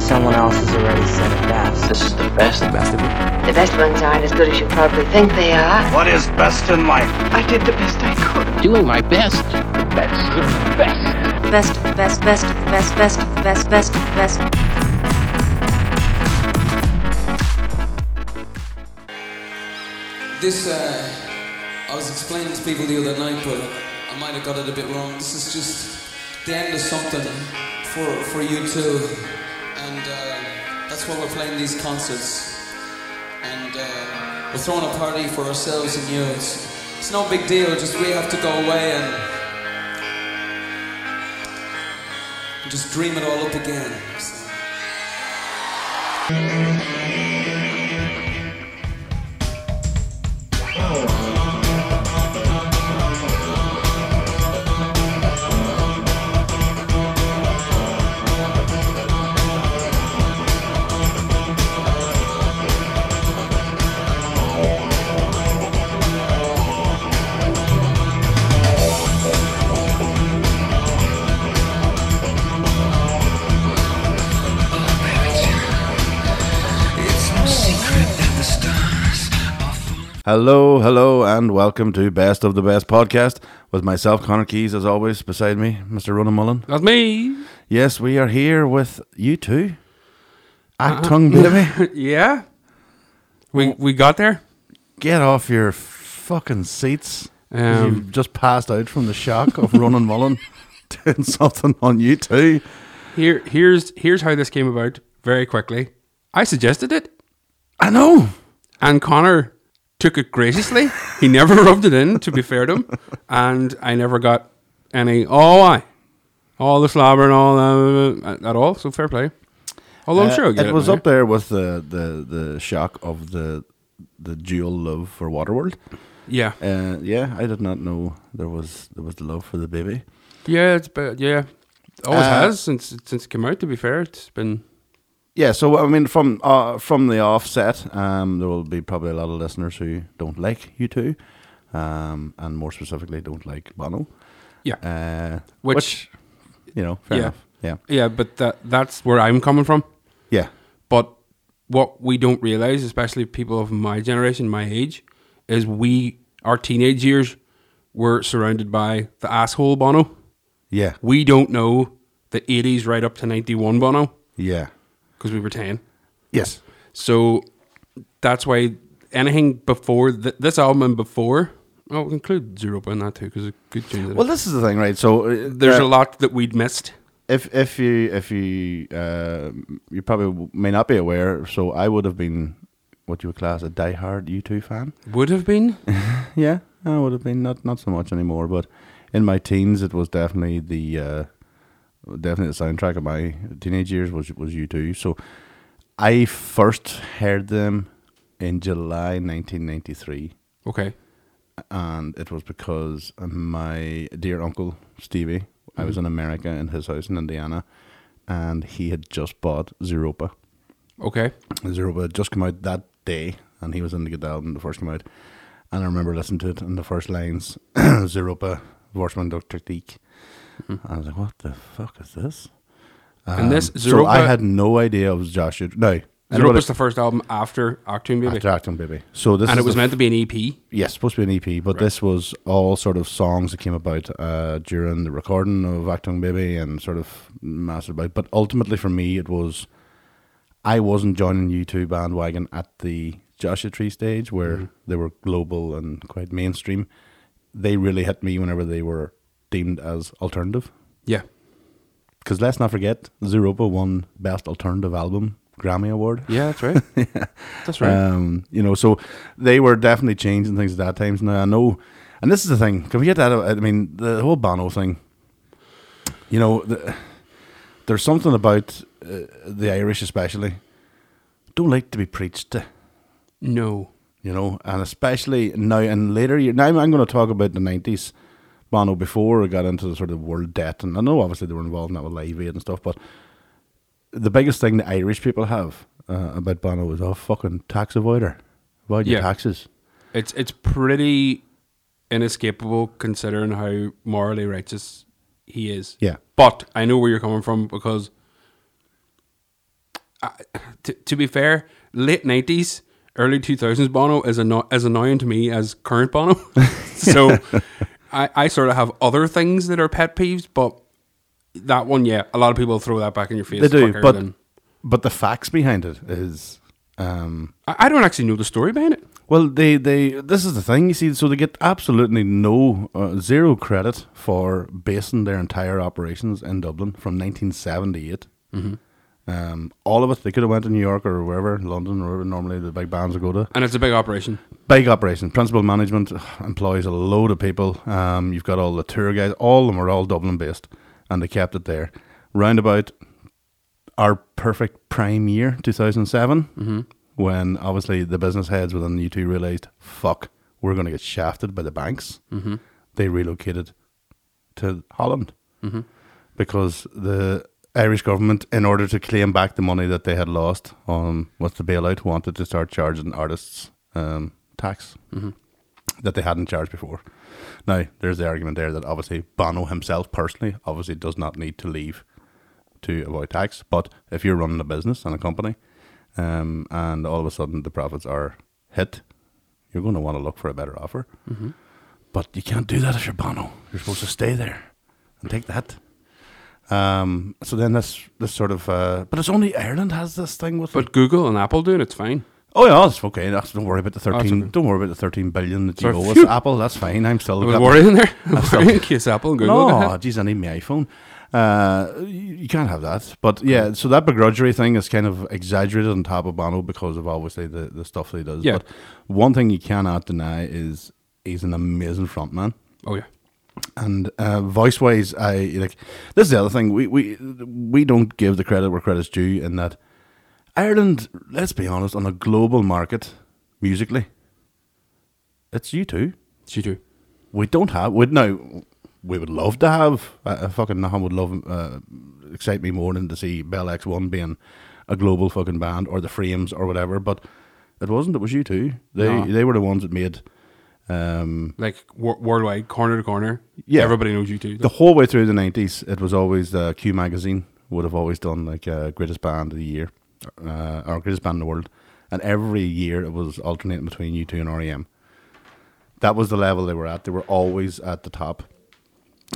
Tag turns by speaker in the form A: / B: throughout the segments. A: someone else has already said it best.
B: This is the best. The best of it.
C: The best ones aren't as good as you probably think they are.
D: What is best in life?
C: I did the best I could.
B: Doing my best. The best. The best.
E: best, best, best, best, best, best, best, best.
F: This, uh, I was explaining to people the other night, but I might have got it a bit wrong. This is just the end of something for for you too, and uh, that's why we're playing these concerts. And uh, we're throwing a party for ourselves and you. It's, it's no big deal. Just we have to go away and, and just dream it all up again. So-
G: Hello, hello, and welcome to Best of the Best podcast with myself, Connor Keys, as always, beside me, Mr. Ronan Mullen.
H: That's me.
G: Yes, we are here with you two. Act tongue, baby.
H: yeah. We we got there.
G: Get off your fucking seats.
H: Um,
G: You've just passed out from the shock of Ronan Mullen doing something on you two.
H: Here here's here's how this came about very quickly. I suggested it
G: I know.
H: and Connor took it graciously. he never rubbed it in, to be fair to him. And I never got any oh I. All the slobber and all that at all, so fair play. Although I'm
G: Uh,
H: sure I'll get it.
G: it was
H: now.
G: up there with the, the, the shock of the the dual love for Waterworld.
H: Yeah.
G: Uh, yeah, I did not know there was there was the love for the baby.
H: Yeah, it's but yeah. Always
G: Uh,
H: has since since it came out to be fair. It's been
G: Yeah, so I mean, from uh, from the offset, um, there will be probably a lot of listeners who don't like you two, um, and more specifically, don't like Bono.
H: yeah.
G: Uh,
H: Which-
G: you know, fair
H: Yeah.
G: enough. Yeah,
H: yeah, but that that's where I'm coming from.
G: yeah,
H: But what we don't realize, especially people of my generation, my age, is we our teenage years were surrounded by the asshole Bono.
G: yeah,
H: We don't know the '80s right up to '91 Bono
G: yeah.
H: because we were ten.
G: Yes,
H: So that's why anything before th- this album and before, oh, we'll include Zero in that too because it's a good tune.
G: Well, this is the thing, right? So uh,
H: there's
G: uh,
H: a lot that we'd missed.
G: If if you if you uh, you probably w- may not be aware, so I would have been what you would class a diehard U two fan.
H: Would have been.
G: Yeah, I would have been not not so much anymore, but in my teens, it was definitely the uh, definitely the soundtrack of my teenage years was was U two. So I first heard them in July 1993,
H: Okay.
G: and it was because my dear uncle Stevie, I was in America in his house in Indiana, and he had just bought Zeropa.
H: Okay.
G: Zeroba had just come out that day, and he was in the good album the first came out. And I remember listening to it, and the first lines, Zeroba, Worshman Dr. Deek. I was like, what the fuck is this?
H: Mm-hmm. and this
G: Um, So I
H: Zeropa-
G: had no idea it was Josh. Ut- No.
H: Zero
G: anybody-
H: was the first album after Octune Baby,
G: After Acton Baby. So this
H: and
G: is
H: it was
G: the
H: meant to be an E EP.
G: yeah, it's supposed to be an EP, but this was all sort of songs that came about uh, during the recording of Actung Baby and sort of mastered by. But ultimately, for me, it was I wasn't joining U2 bandwagon at the Joshua Tree stage where they were global and quite mainstream. They really hit me whenever they were deemed as alternative.
H: Yeah.
G: Because let's not forget, Zeropa won Best Alternative Album Grammy Award.
H: Yeah, that's right. That's right.
G: Um, you know, so they were definitely changing things at that time. So now I know, and this is the thing. Can we get that? out- I mean, the whole Bono thing. You know, the, there's something about uh, the Irish, especially, don't like to be preached to.
H: no.
G: You know, and especially now in later years. Now I'm, I'm going to talk about the '90s Bono before I got into the sort of world debt, and I know obviously they were involved in that with Live Aid and stuff, but the biggest thing the Irish people have uh, about Bono is oh fucking tax avoider, avoid your
H: Yeah.
G: taxes.
H: It's it's pretty inescapable considering how morally righteous he is.
G: Yeah.
H: But I know where you're coming from because uh, t- to be fair, late nineties, early two thousands Bono is anno- as annoying to me as current Bono. so I, I sort of have other things that are pet peeves, but that one, yeah, a lot of people throw that back in your face.
G: They do,
H: quicker
G: but
H: than-
G: but the facts behind it is, um,
H: I, I don't actually know the story behind it.
G: well, they they this is the thing you see. So they get absolutely no uh, zero credit for basing their entire operations in Dublin from 1978. Um, all of it, they could have went to New York or wherever, London or wherever normally the big bands would go to.
H: And it's a big operation.
G: big operation. Principal management employs a load of people. Um, you've got all the tour guys. All of them are all Dublin based, and they kept it there. Roundabout our perfect prime year, two mm-hmm. when obviously the business heads within U two realized, "Fuck, we're going to get shafted by the banks." Mm-hmm. They relocated to Holland because the Irish government, in order to claim back the money that they had lost on with the bailout, wanted to start charging artists um, tax that they hadn't charged before. Now, there's the argument there that obviously Bono himself personally obviously does not need to leave to avoid tax, but if you're running a business and a company, um, and all of a sudden the profits are hit, you're going to want to look for a better offer. But you can't do that if you're Bono. You're supposed to stay there and take that. Um, so then this this sort of uh, but it's only Ireland has this thing with
H: But Google and Apple do it, it's fine.
G: oh yeah that's okay that's don't worry about the
H: it's
G: thirteen
H: okay.
G: don't worry about the thirteen billion that you
H: Sorry,
G: owe
H: phew.
G: us Apple that's fine I'm still
H: I was
G: got-
H: worrying there.
G: I'm
H: I'm
G: still-
H: worrying in case Apple and Google.
G: no,
H: got hit.
G: geez, I need my iPhone. Uh, you, you can't have that. But yeah, so that begrudgery thing is kind of exaggerated on top of Bono because of obviously the, the stuff that he does.
H: Yeah.
G: But one thing you cannot deny is he's an amazing frontman.
H: Oh yeah.
G: And uh, voice wise, I like this is the other thing we we we don't give the credit where credit's due in that Ireland. Let's be honest, on a global market, musically, it's you two.
H: She do.
G: We don't have. We'd no. We would love to have. Uh, uh, fucking nothing would love uh, excite me more than to see Bell X One being a global fucking band or the Frames or whatever. But it wasn't. It was you two. They
H: No.
G: they were the ones that made. Um,
H: Like wor- worldwide, corner to corner.
G: Yeah.
H: Everybody knows you too.
G: the whole way through the nineties, it was always uh, Q magazine would have always done like uh, greatest band of the year, uh, or greatest band in the world, and every year it was alternating between U two and REM. That was the level they were at. They were always at the top.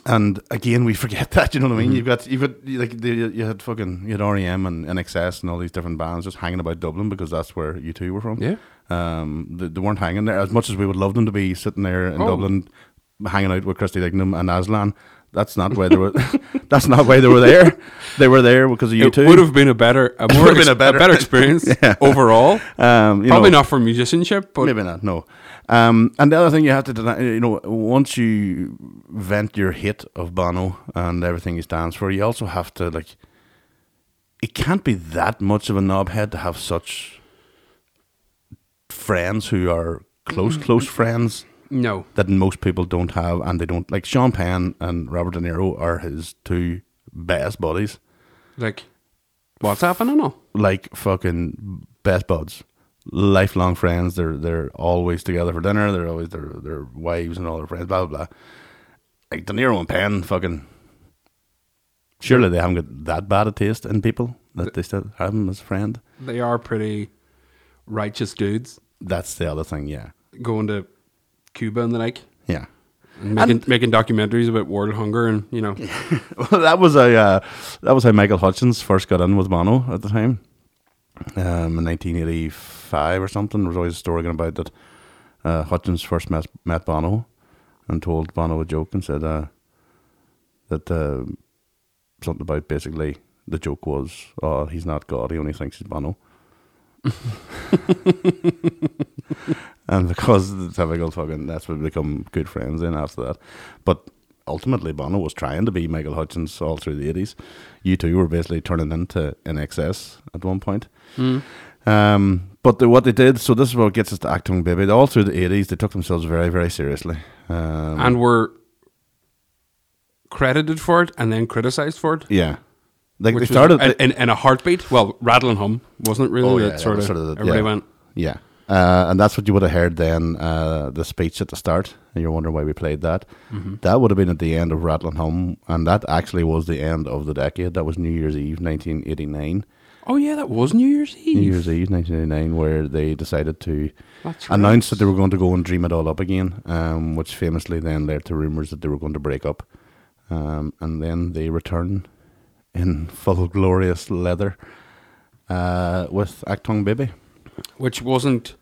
G: And again, we forget that. You know what I
H: Mm-hmm.
G: mean? You've got you've got you- like the, you had fucking you had REM and NXS and all these different bands just hanging about Dublin because that's where you two were from.
H: Yeah.
G: Um, they, they weren't hanging there as much as we would love them to be sitting there in
H: Oh.
G: Dublin, hanging out with Christy Dignam and Aslan. That's not why they were. that's not why they were there. They were there because of you
H: it
G: two.
H: would have been a better, a more
G: Would've been
H: ex-
G: a
H: a
G: better-
H: better, experience
G: Yeah.
H: overall.
G: Um, you
H: Probably
G: know,
H: not for musicianship, but
G: Maybe not. No. Um, and the other thing you have to deny, you know, once you vent your hate of Bono and everything he stands for, you also have to like. It can't be that much of a knobhead to have such friends who are close,
H: Mm.
G: close friends
H: no.
G: that most people don't have, and they don't like Sean Penn and Robert De Niro are his two best buddies,
H: Like, what's happening? No.
G: like fucking best buds, lifelong friends. They're they're always together for dinner. They're always their their wives and all their friends. Blah blah blah. Like De Niro and Penn, fucking. Surely they haven't got that bad a taste in people that they still have him as a friend.
H: They are pretty righteous dudes
G: That's the other thing. Yeah,
H: going to Cuba and the like,
G: yeah.
H: and making, making documentaries about world hunger and you know,
G: Well, that was a uh, that was how Michael Hutchins first got in with Bono at the time, um, in 1985 or something. There was always a story going about that uh, Hutchins first met met Bono and told Bono a joke and said uh, that uh, something about basically the joke was, "Oh, he's not God. He only thinks he's Bono." and because of the typical fucking that's what we become good friends then after that. But ultimately Bono was trying to be Michael Hutchins all through the eighties. You two were basically turning into NXS at one point. Um but the, what they did, so this is what gets us to Acting Baby. All through the eighties, they took themselves very, very seriously. Um,
H: and were credited for it and then criticized for it.
G: yeah, like they
H: which was
G: started.
H: in,
G: they-
H: in, in a heartbeat. Well, rattling hum wasn't it really
G: Oh,
H: that
G: yeah, that
H: sort,
G: was
H: of,
G: sort of the-
H: everybody
G: yeah.
H: went.
G: Yeah. Uh, and that's what you would have heard then, uh, the speech at the start. And you're wondering why we played that. That would have been at the end of Rattling Home. And that actually was the end of the decade. That was New Year's Eve, 1989.
H: Oh yeah, that was New Year's Eve.
G: New Year's Eve, 1989, where they decided to
H: That's right.
G: announce that they were going to go and dream it all up again, um, which famously then led to rumors that they were going to break up. Um, and then they return in full glorious leather uh, with Actong Baby.
H: which wasn't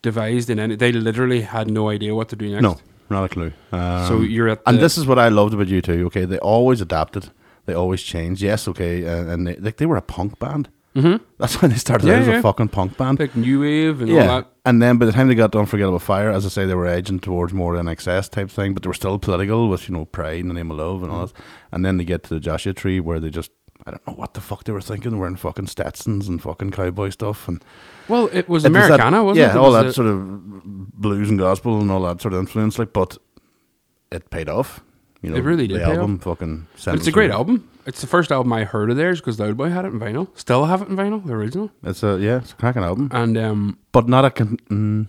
H: devised in any. They literally had no idea what to do next.
G: No, not a clue. Um,
H: So you're at
G: and
H: the-
G: this is what I loved about you too. Okay, they always adapted. They always changed. Yes, okay, uh, and they, like they were a punk band. Mm-hmm. That's when they started
H: Yeah,
G: out as
H: yeah.
G: a fucking punk band.
H: like new wave and all
G: yeah,
H: that.
G: and then by the time they got to Unforgettable Fire, as I say, they were edging towards more an excess type thing, but they were still political with you know pride and the name of love and all
H: Mm.
G: that. And then they get to the Joshua Tree where they just I don't know what the fuck they were thinking. They were in fucking Stetsons and fucking cowboy stuff and
H: Well, it was
G: it was that-
H: Americana, wasn't
G: yeah,
H: it? It
G: all
H: was
G: that
H: the-
G: sort of blues and gospel and all that sort of influence. Like, but it paid off. You know,
H: It really did
G: The
H: pay
G: album, fucking.
H: But
G: sent
H: it's
G: us
H: a great
G: through.
H: album. It's the first album I heard of theirs because Loudboy had it in vinyl. Still have it in vinyl, the original.
G: It's a yeah, it's a cracking album,
H: And um,
G: but not a. Con- mm,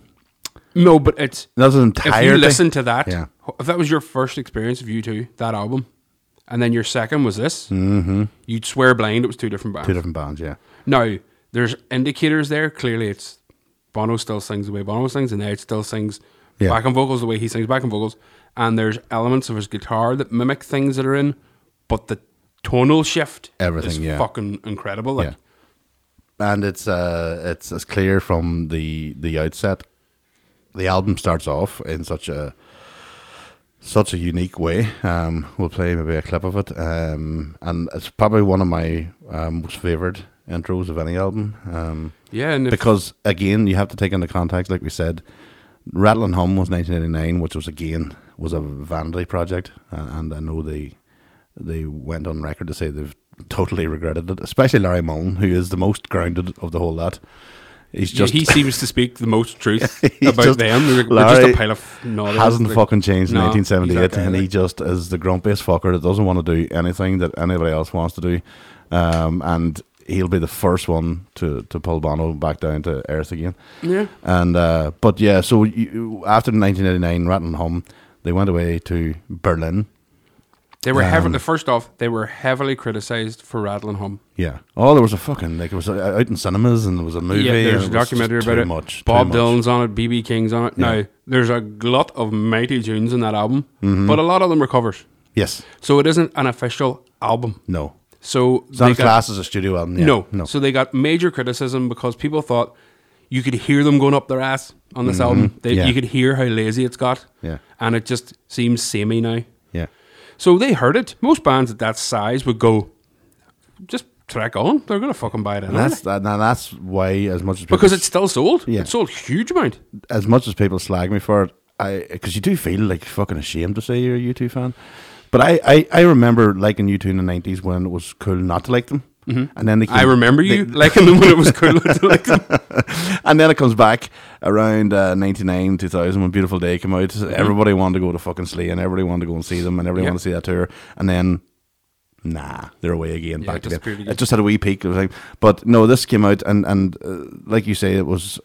H: no, but it's
G: that's an
H: if
G: entire.
H: you listen to that,
G: Yeah.
H: if that was your first experience of you two, that album, and then your second was this, mm-hmm. you'd swear blind it was two different bands.
G: two different bands, yeah.
H: Now, there's indicators there. Clearly, it's Bono still sings the way Bono sings, and Ed still sings
G: Yeah.
H: back and vocals the way he sings back and vocals. And there's elements of his guitar that mimic things that are in, but the tonal shift
G: Everything,
H: is
G: yeah.
H: fucking incredible. Like,
G: Yeah. and it's uh it's as clear from the the outset the album starts off in such a such a unique way um we'll play maybe a clip of it um and it's probably one of my um, most favorite intros of any album um
H: yeah, and if,
G: because again you have to take into context like we said rattle and hum was 1989 which was again was a vanity project uh, and i know they they went on record to say they've totally regretted it especially larry mullen who is the most grounded of the whole lot he's
H: yeah,
G: just
H: he seems to speak the most truth
G: He's
H: about
G: just-
H: them. They're, they're just
G: Larry
H: a pile of knowledge.
G: hasn't
H: Like,
G: fucking changed in
H: no, he's that
G: 1978
H: guy,
G: and he
H: like.
G: just is the grumpiest fucker that doesn't want to do anything that anybody else wants to do um, and he'll be the first one to, to pull Bono back down to earth again
H: Yeah.
G: and uh, but yeah, so you, after 1989, Rat and Hum, they went away to Berlin.
H: They were
G: Um,
H: heavily, first off, they were heavily criticized for Rattling Hum.
G: Yeah. Oh, there was a fucking like it was uh, out in cinemas and there was a movie.
H: Yeah,
G: and
H: there's
G: it
H: a
G: was just
H: documentary about
G: too
H: it.
G: Much,
H: Bob
G: too much.
H: Dylan's on it. BB King's on it.
G: Yeah.
H: Now there's a glut of mighty tunes in that album,
G: Mm-hmm.
H: but a lot of them are covers.
G: Yes.
H: So it isn't an official album.
G: No.
H: So
G: It's not
H: they
G: a
H: got-
G: class as a studio album. Yeah.
H: no,
G: No.
H: So they got major criticism because people thought you could hear them going up their ass on this album. They,
G: Mm-hmm. Yeah.
H: You could hear how lazy it's got.
G: Yeah.
H: and it just seems samey now.
G: yeah.
H: So they heard it. Most bands at that size would go, just track on. They're gonna fucking buy it
G: And
H: anyway.
G: that's that, and that's why as much as people
H: because it's still sold.
G: Yeah.
H: It sold huge amount.
G: as much as people slag me for it, I because you do feel like fucking ashamed to say you're a U2 fan. But I, I, I remember liking U2 in the 90s when it was cool not to like them. Mm-hmm. And then they came,
H: I remember
G: they-
H: you liking them when it was cool. to like them.
G: and then it comes back around uh, 99, 2000 when Beautiful Day came out. Everybody wanted to go to fucking Slee and everybody wanted to go and see them and everybody
H: Mm-hmm. Yeah.
G: wanted to see that tour. And then, nah, they're away again.
H: Yeah,
G: back
H: it
G: to them.
H: disappeared again.
G: It just had a wee peak. It was like, but no, this came out and, and uh, like you say, it was,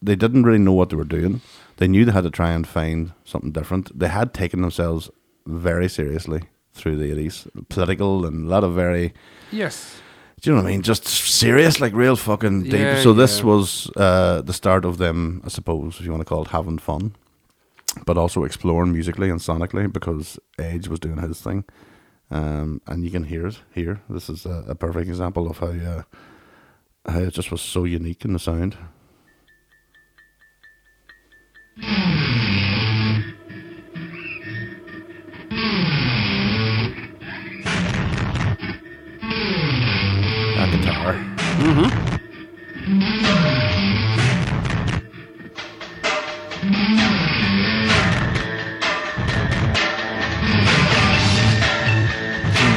G: they didn't really know what they were doing. They knew they had to try and find something different. They had taken themselves very seriously through the 80s, political and a lot of very
H: Yes.
G: do you know what I mean? Just serious, like real fucking deep.
H: Yeah,
G: so this
H: yeah.
G: was uh, the start of them, I suppose, if you want to call it having fun, but also exploring musically and sonically because Edge was doing his thing, um, and you can hear it here. This is a, a perfect example of how uh, how it just was so unique in the sound. That guitar.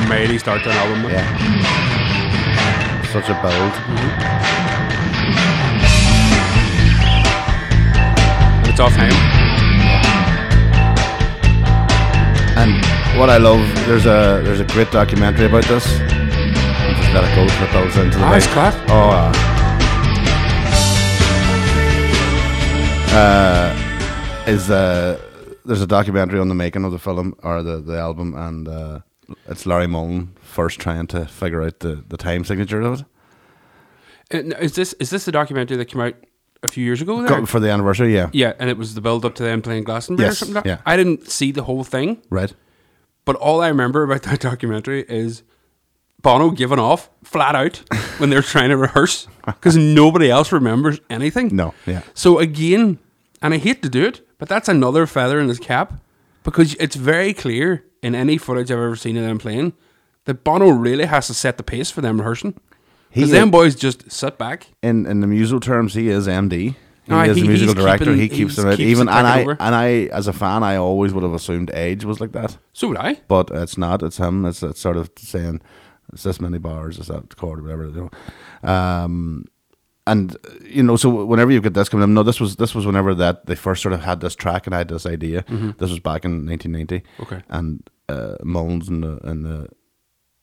H: Mighty start to an album. with.
G: Yeah. Such a build.
H: It's off him.
G: And what I love, there's a there's a great documentary about this. Just let it go till it builds into the
H: Ah, it's
G: bass.
H: class.
G: Oh. Uh, uh, is uh, there's a documentary on the making of the film or the, the album, and uh, it's Larry Mullen first trying to figure out the, the time signature of it.
H: And Is this is this the documentary that came out a few years ago? there?
G: Got for the anniversary, yeah.
H: yeah, and it was the build up to them playing Glastonbury or
G: Yes,
H: something. Like
G: yeah.
H: that. I didn't see the whole thing,
G: Right.
H: but all I remember about that documentary is Bono giving off flat out when they're trying to rehearse because nobody else remembers anything.
G: No, yeah.
H: So again, and I hate to do it, but that's another feather in his cap because it's very clear in any footage I've ever seen of them playing that Bono really has to set the pace for them rehearsing. Because
G: is-
H: them boys just sit back.
G: in in the musical terms, he is MD. He
H: Aye,
G: is
H: he-
G: the musical
H: he's
G: director.
H: keeping-
G: he keeps
H: he's-
G: them out.
H: keeps
G: Even
H: it
G: and I
H: ticking over.
G: and I as a fan, I always would have assumed Age was like that,
H: So would I.
G: but it's not. It's him. It's, it's sort of saying it's this many bars, it's that chord, whatever. You know. Um, and uh, you know, so whenever you get this coming, up, no, this was this was whenever that they first sort of had this track and I had this idea. This was back in 1990.
H: Mm-hmm. Okay.
G: and uh, Mullins in the in the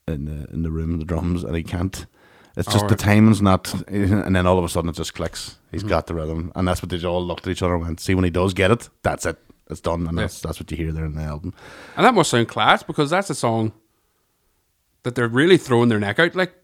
G: in the in the room, the drums, and he can't. It's just the
H: Alright.
G: timing's not, and then all of a sudden it just clicks. He's
H: Mm-hmm.
G: got the rhythm, and that's what they all looked at each other and went, "See, when he does get it, that's it, it's done." And
H: Yeah.
G: that's that's what you hear there in the album.
H: And that must sound class because that's a song that they're really throwing their neck out like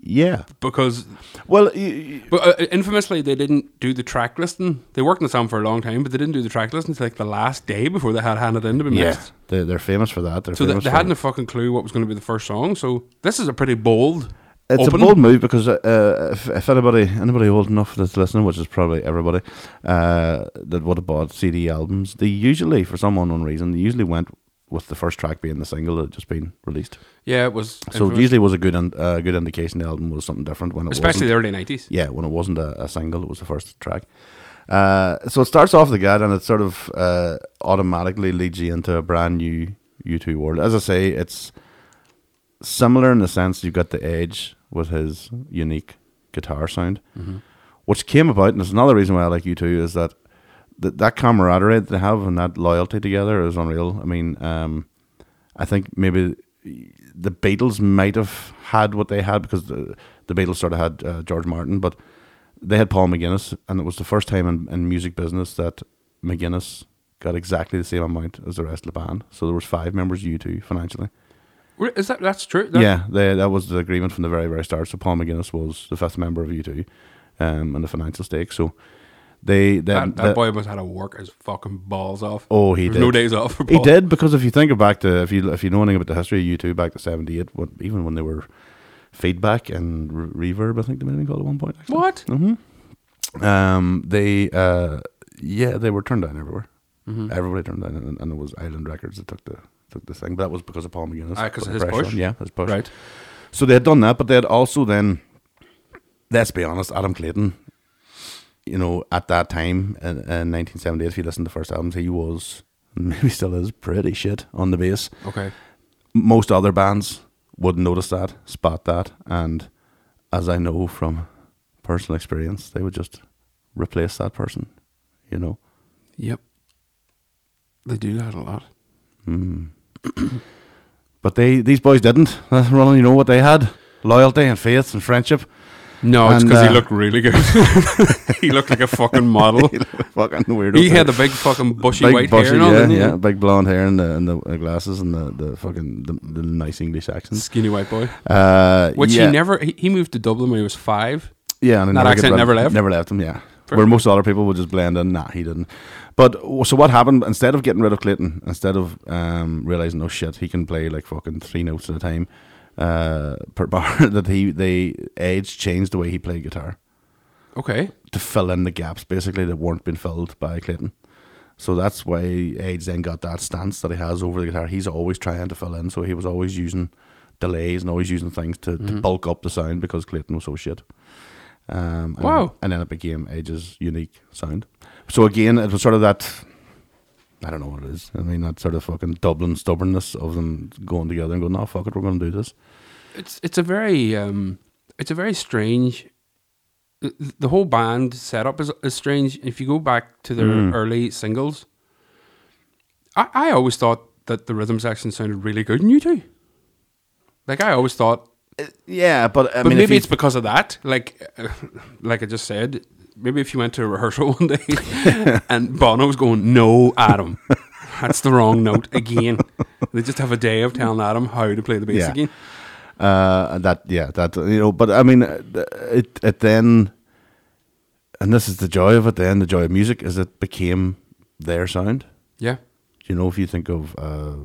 G: Yeah.
H: because
G: Well, y- y-
H: but uh, infamously they didn't do the track listing. They worked on the song for a long time, but they didn't do the track listing until like the last day before they had handed in to be
G: yeah,
H: mixed.
G: they, they're famous for that. They're
H: So they,
G: famous
H: they
G: for
H: hadn't a fucking clue what was going to be the first song. So this is a pretty bold.
G: It's
H: opening.
G: a bold move because uh, uh, if, if anybody anybody old enough that's listening, which is probably everybody, uh, that would have bought CD albums, they usually, for some unknown reason, they usually went with the first track being the single that had just been released.
H: Yeah, it was.
G: So it
H: infamous.
G: usually was a good in, uh, good indication the album was something different when it
H: especially
G: wasn't.
H: the early nineties.
G: Yeah, when it wasn't a, a single, it was the first track. Uh, so it starts off the guide and it sort of uh, automatically leads you into a brand new U2 world. As I say, it's similar in the sense you've got the Edge with his unique guitar sound, which came about, and it's another reason why I like U2 is that th- that camaraderie that they have and that loyalty together is unreal. I mean, um, I think maybe the Beatles might have had what they had because the, the Beatles sort of had uh, George Martin, but they had Paul McGuinness, and it was the first time in, in music business that McGuinness got exactly the same amount as the rest of the band. So there was five members of U2 financially.
H: Is that that's true? That-
G: yeah, they, that was the agreement from the very, very start. So Paul McGuinness was the fifth member of U2 um, and the financial stake. So they... they
H: That, that
G: they-
H: boy must have had to work his fucking balls off.
G: Oh, he
H: There's
G: did.
H: No days off. For
G: He
H: Paul.
G: did because if you think back to if you if you know anything about the history of U two back to seventy eight, when, even when they were feedback and re- reverb, I think they might have been called at one point. Actually.
H: What?
G: Um, they uh, yeah, they were turned down everywhere.
H: Mm-hmm.
G: Everybody turned down, and, and it was Island Records that took the took the thing, but that was because of Paul McGuinness.
H: Ah, 'cause of
G: putting
H: his
G: pressure
H: push.
G: on- yeah, his push.
H: Right.
G: So they had done that, but they had also then, let's be honest, Adam Clayton, you know, at that time in, in 1978, if you listen to the first albums, he was, maybe still is, pretty shit on the bass.
H: Okay.
G: Most other bands would notice that, spot that, and as I know from personal experience, they would just replace that person, you know.
H: Yep. They do that a lot.
G: Hmm. But they these boys didn't. That's running, you know what they had? Loyalty and faith and friendship.
H: No, it's
G: And,
H: because
G: uh,
H: he looked really good. he looked like a fucking model.
G: Fucking weirdo.
H: he had the big fucking bushy white hair and all,
G: yeah,
H: didn't he?
G: yeah, big blonde hair and the, and the uh, glasses and the, the fucking the, the nice English accents.
H: Skinny white boy.
G: Uh,
H: Which
G: yeah,
H: he never. He, he moved to Dublin when he was five.
G: yeah, and he
H: that
G: never
H: accent
G: got rid-
H: never left?
G: never left him. Yeah, where
H: Perfect.
G: most other people would just blend in. Nah, he didn't. But w- so what happened? Instead of getting rid of Clayton, instead of um, realizing, oh shit, he can play like fucking three notes at a time uh, per bar, that he they age changed the way he played guitar.
H: Okay.
G: to fill in the gaps basically that weren't being filled by Clayton. So that's why Age then got that stance that he has over the guitar. He's always trying to fill in, so he was always using delays and always using things to, to bulk up the sound because Clayton was so shit. Um, and,
H: Wow.
G: And then it became Age's unique sound. So again, it was sort of that. I don't know what it is. I mean, that sort of fucking Dublin stubbornness of them going together and going, "No, fuck it, we're going to do this."
H: It's it's a very um, it's a very strange. th- The whole band setup is, is strange. If you go back to their
G: Mm.
H: early singles, I, I always thought that the rhythm section sounded really good in you two. Like I always thought
G: Yeah, but I
H: but
G: mean,
H: maybe it's because of that. Like, uh, like I just said, maybe if you went to a rehearsal one day and Bono was going, "No, Adam, that's the wrong note again." They just have a day of telling Adam how to play the bass
G: Yeah.
H: again.
G: Uh, and that yeah, that you know, but I mean, uh, it it then, and this is the joy of it. Then the joy of music is it became their sound.
H: Yeah.
G: You know, if you think of uh,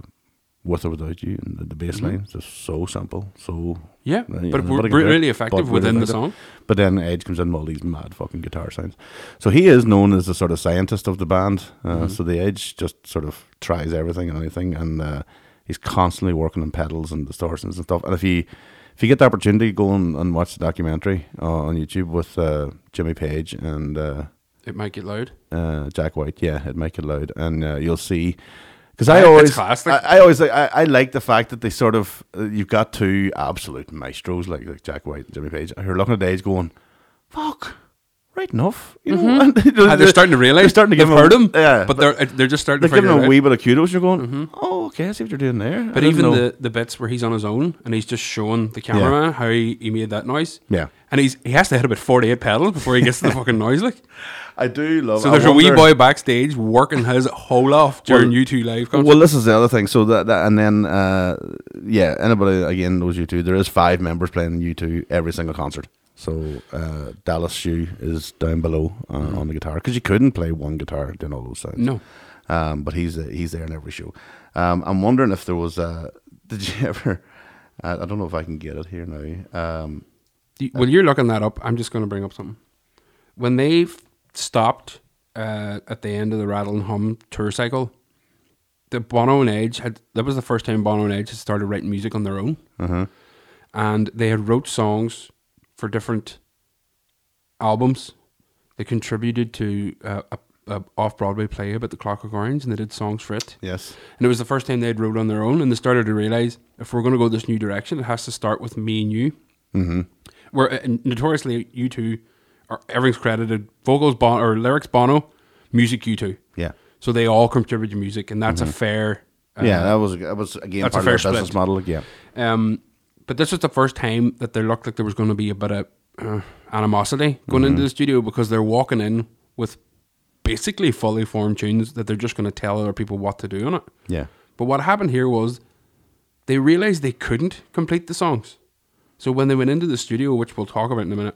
G: with or without you and the, the bass line, it's just so simple, so
H: Yeah,
G: you
H: but
G: know,
H: we're
G: nobody can
H: br-
G: do it,
H: really effective
G: but we're
H: within the song.
G: effective. But then Edge comes in with all these mad fucking guitar sounds. So he is known as the sort of scientist of the band. Uh, So the Edge just sort of tries everything and anything, and uh, he's constantly working on pedals and distortions and stuff. And if you if you get the opportunity, go and, and watch the documentary uh, on YouTube with uh, Jimmy Page and. Uh,
H: It might get loud.
G: uh, Jack White. Yeah, it'd make it loud, and uh, you'll see. Because
H: Yeah,
G: I
H: it's
G: always,
H: class,
G: I,
H: like-
G: I always, like, I, I like the fact that they sort of, uh, you've got two absolute maestros like, like Jack White and Jimmy Page, who are looking at age going, "Fuck, right enough." You know, and
H: Mm-hmm. And they're starting to realize.
G: they're starting to
H: they've
G: give
H: heard
G: them,
H: him.
G: yeah,
H: but, they're they're just starting
G: they're
H: to figure it
G: giving them
H: out. Mm-hmm.
G: a wee bit of kudos. You're going, "Oh, okay, I see what you're doing there." I
H: But
G: didn't
H: even
G: know."
H: the, the bits where he's on his own and he's just showing the cameraman how he, he made that noise.
G: Yeah.
H: And he's he has to hit about 48 pedals before he gets to the fucking noise. Like,
G: I do love.
H: so
G: I
H: there's a wee
G: wonder-
H: boy backstage working his whole off during you two live concert.
G: Well, this is the other thing. So that, that and then uh, yeah, anybody again knows U two. There is five members playing in U two every single concert. So uh, Dallas Shoe is down below uh, on the guitar because you couldn't play one guitar doing all those sounds.
H: Hmm. No.
G: um, but he's he's there in every show. Um, I'm wondering if there was. Uh, did you ever? I I don't know if I can get it here now. Um,
H: Do- Well, you're looking that up. I'm just going to bring up something. When they f- stopped uh, at the end of the Rattle and Hum tour cycle, the Bono and Edge had that was the first time Bono and Edge had started writing music on their own, and they had wrote songs for different albums. They contributed to uh, a, a off Broadway play about the Clockwork Orange, and they did songs for it.
G: yes.
H: And it was the first time they'd wrote on their own, and they started to realize if we're going to go this new direction, it has to start with me and you. Mm-hmm. Where uh, notoriously, you two are everything's credited vocals, bon- or lyrics, Bono, music, you two.
G: Yeah.
H: So they all contribute to music, and that's a fair. uh,
G: yeah, that was that was again
H: that's a
G: part of their
H: fair
G: business
H: split.
G: model. Yeah.
H: Um, but this was the first time that there looked like there was going to be a bit of uh, animosity going into the studio because they're walking in with basically fully formed tunes that they're just going to tell other people what to do on it.
G: Yeah.
H: But what happened here was they realized they couldn't complete the songs. So when they went into the studio, which we'll talk about in a minute,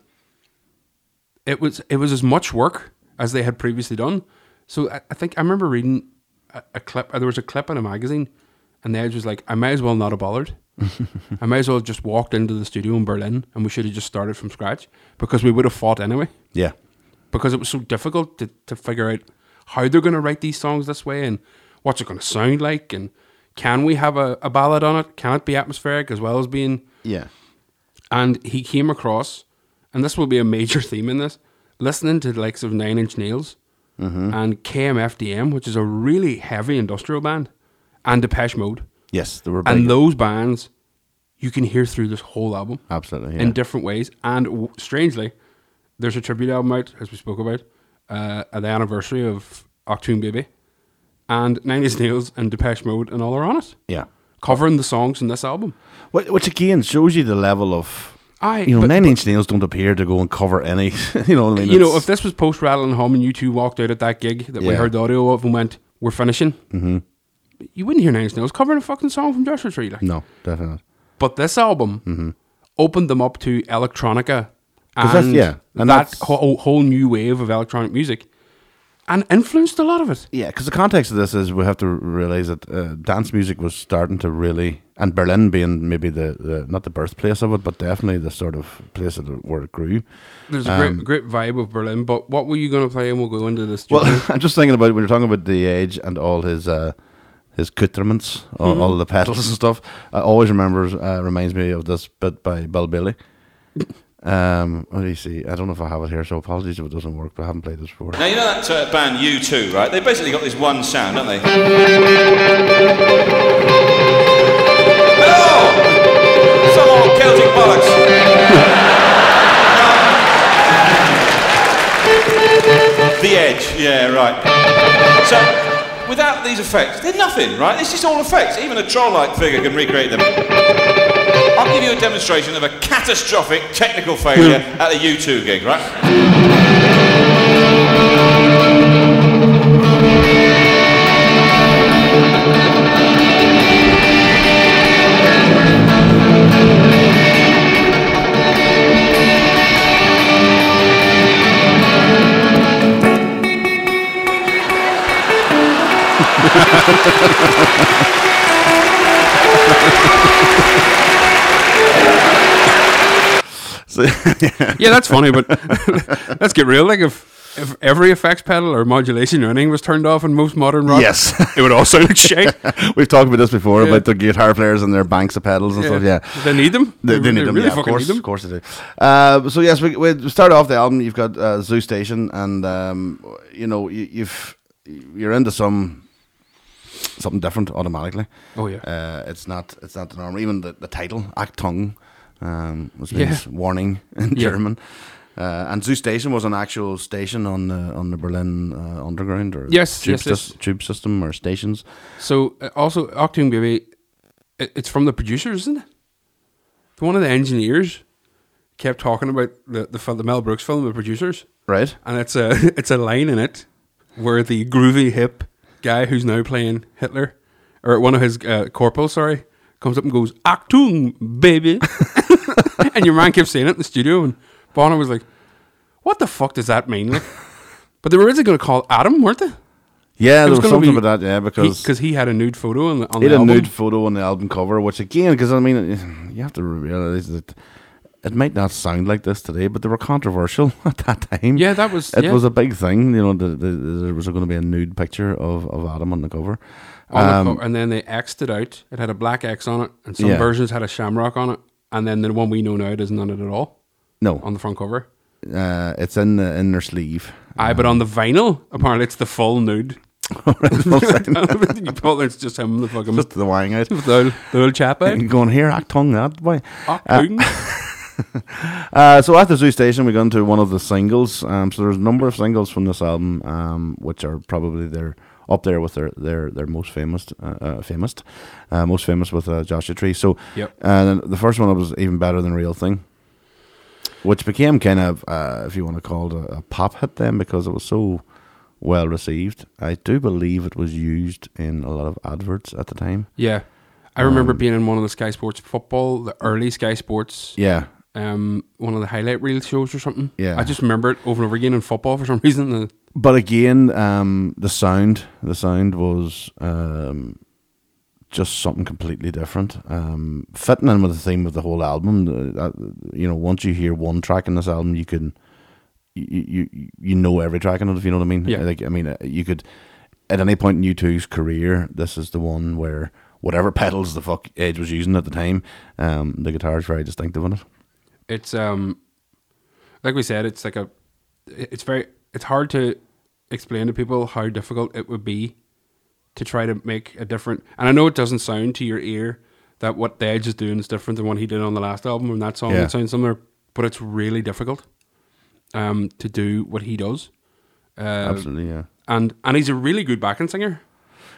H: it was it was as much work as they had previously done. So I, I think I remember reading a, a clip. uh, There was a clip in a magazine, and the Edge was like, "I might as well not have bothered. I might as well have just walked into the studio in Berlin, and we should have just started from scratch because we would have fought anyway."
G: Yeah.
H: because it was so difficult to, to figure out how they're going to write these songs this way and what's it going to sound like and can we have a, a ballad on it? Can it be atmospheric as well as being?
G: Yeah.
H: And he came across, and this will be a major theme in this, listening to the likes of Nine Inch Nails and KMFDM, which is a really heavy industrial band, and Depeche Mode.
G: Yes, they were. big.
H: And those bands you can hear through this whole album
G: Absolutely, yeah.
H: in different ways. And w- strangely, there's a tribute album out, as we spoke about, uh, at the anniversary of Octoon Baby, and Nine Inch Nails and Depeche Mode and all are on it,
G: yeah.
H: covering the songs in this album.
G: Which, which again shows you the level of.
H: Aye,
G: you know,
H: but-
G: Nine Inch Nails don't appear to go and cover any. you know what I mean?
H: you know,
G: It's-
H: if this was post Rattle and Hum and you two walked out at that gig that we
G: Yeah.
H: heard the audio of and went, "We're finishing," mm-hmm. you wouldn't hear Nine Inch Nails covering a fucking song from Joshua Tree, like.
G: no, definitely.
H: But this album
G: Mm-hmm.
H: opened them up to electronica and
G: 'Cause that's- yeah, and
H: that
G: that's-
H: whole, whole new wave of electronic music, and influenced a lot of it.
G: Yeah, because the context of this is we have to realize that uh, dance music was starting to really, and Berlin being maybe the, the not the birthplace of it, but definitely the sort of place that it, where it grew.
H: There's a
G: Um,
H: great, great vibe of Berlin. But what were you going to play? And we'll go into this.
G: Well,
H: Well,
G: I'm just thinking about when you're talking about the age and all his uh, his accoutrements, all, all the pedals and stuff. I always remembers uh, reminds me of this bit by Bill Bailey. Um, what do you see? I don't know if I have it here, so apologies if it doesn't work. But I haven't played this before.
D: Now you know that uh, band U2, right? They basically got this one sound, don't they? Hello, some old Celtic bollocks. Um, the Edge, yeah, right. So, without these effects, they're nothing, right? This is all effects. Even a troll-like figure can recreate them. I'll give you a demonstration of a catastrophic technical failure at a U2 gig, right?
G: So-
H: Yeah, that's funny, but let's get real. Like, if, if every effects pedal or modulation or anything was turned off in most modern rock,
G: Yes.
H: it would all sound like shit.
G: We've talked about this before
H: Yeah.
G: about the guitar players and their banks of pedals and stuff. Yeah,
H: They need them.
G: They, they need
H: really
G: them, yeah, of
H: fucking
G: course,
H: need
G: of
H: them.
G: course they do. Uh, so yes, we, we start off the album. You've got uh, Zoo Station, and um, you know you, you've you're into some something different automatically.
H: Oh, yeah.
G: uh, it's not it's not the norm. Even the, the title Achtung, um, which
H: Yeah.
G: means warning in
H: Yeah.
G: German. Uh, and Zoo Station was an actual station on the on the Berlin uh, underground or
H: Yes,
G: tube,
H: yes, yes.
G: tube system or stations.
H: So, uh, also, Octane Baby, it, it's from the producers, isn't it? One of the engineers kept talking about the, the, fil- the Mel Brooks film, The Producers,
G: Right.
H: and it's a, it's a line in it where the groovy hip guy who's now playing Hitler, or one of his uh, corporals, sorry, comes up and goes, Achtung, baby. and your man kept saying it in the studio, and Bono was like, What the fuck does that mean? Like, but they were originally going to call Adam, weren't they?
G: Yeah,
H: It
G: there
H: was
G: was,
H: gonna
G: something
H: be-
G: about that. Yeah, because
H: Because he, had a nude photo on the, on
G: he
H: the
G: had a
H: album.
G: nude photo on the album cover, which again, because I mean, you have to realize that it might not sound like this today, but they were controversial at that time.
H: Yeah, that was-
G: it
H: yeah.
G: was a big thing. You know, the, the, there was going to be a nude picture of, of Adam on the cover.
H: on the
G: Um,
H: cover, and then they X'd it out. It had a black X on it, and some
G: Yeah.
H: versions had a shamrock on it, and then the one we know now doesn't on it at all
G: no,
H: on the front cover.
G: uh, it's in the inner sleeve.
H: Aye, but on the vinyl, apparently it's the full nude. Apparently it's just him, the fucking
G: Just the wang out.
H: the, old, the old chap out. Ah,
G: Going here, act tongue that way.
H: Octoon.
G: Uh, so at the zoo station, we got into one of the singles. Um, so there's a number of singles from this album, um, which are probably their up there with their their, their most famous, uh, uh, famous, uh, most famous with uh, Joshua Tree. So
H: Yep.
G: uh, then the first one was even better than Real Thing, which became kind of, uh, if you want to call it, a, a pop hit then because it was so well received. I do believe it was used in a lot of adverts at the time.
H: yeah, I remember
G: um,
H: being in one of the Sky Sports football, the early Sky Sports.
G: Yeah,
H: Um, one of the highlight reel shows or something.
G: Yeah.
H: I just remember it over and over again in football for some reason. The,
G: but again, um, the sound, the sound was um, just something completely different. Um, fitting in with the theme of the whole album, uh, that, you know, once you hear one track in this album, you can, you you, you know every track in it. If you know what I mean?
H: Yeah.
G: Like I mean, uh, you could at any point in U2's career, this is the one where whatever pedals the fuck Edge was using at the time, um, the guitar is very distinctive on it.
H: Uh, it's um like we said it's like a it's very it's hard to explain to people how difficult it would be to try to make a different and i know it doesn't sound to your ear that what the edge is doing is different than what he did on the last album and that song
G: Yeah.
H: it sounds similar but it's really difficult um to do what he does uh,
G: Absolutely, yeah,
H: and and he's a really good backing singer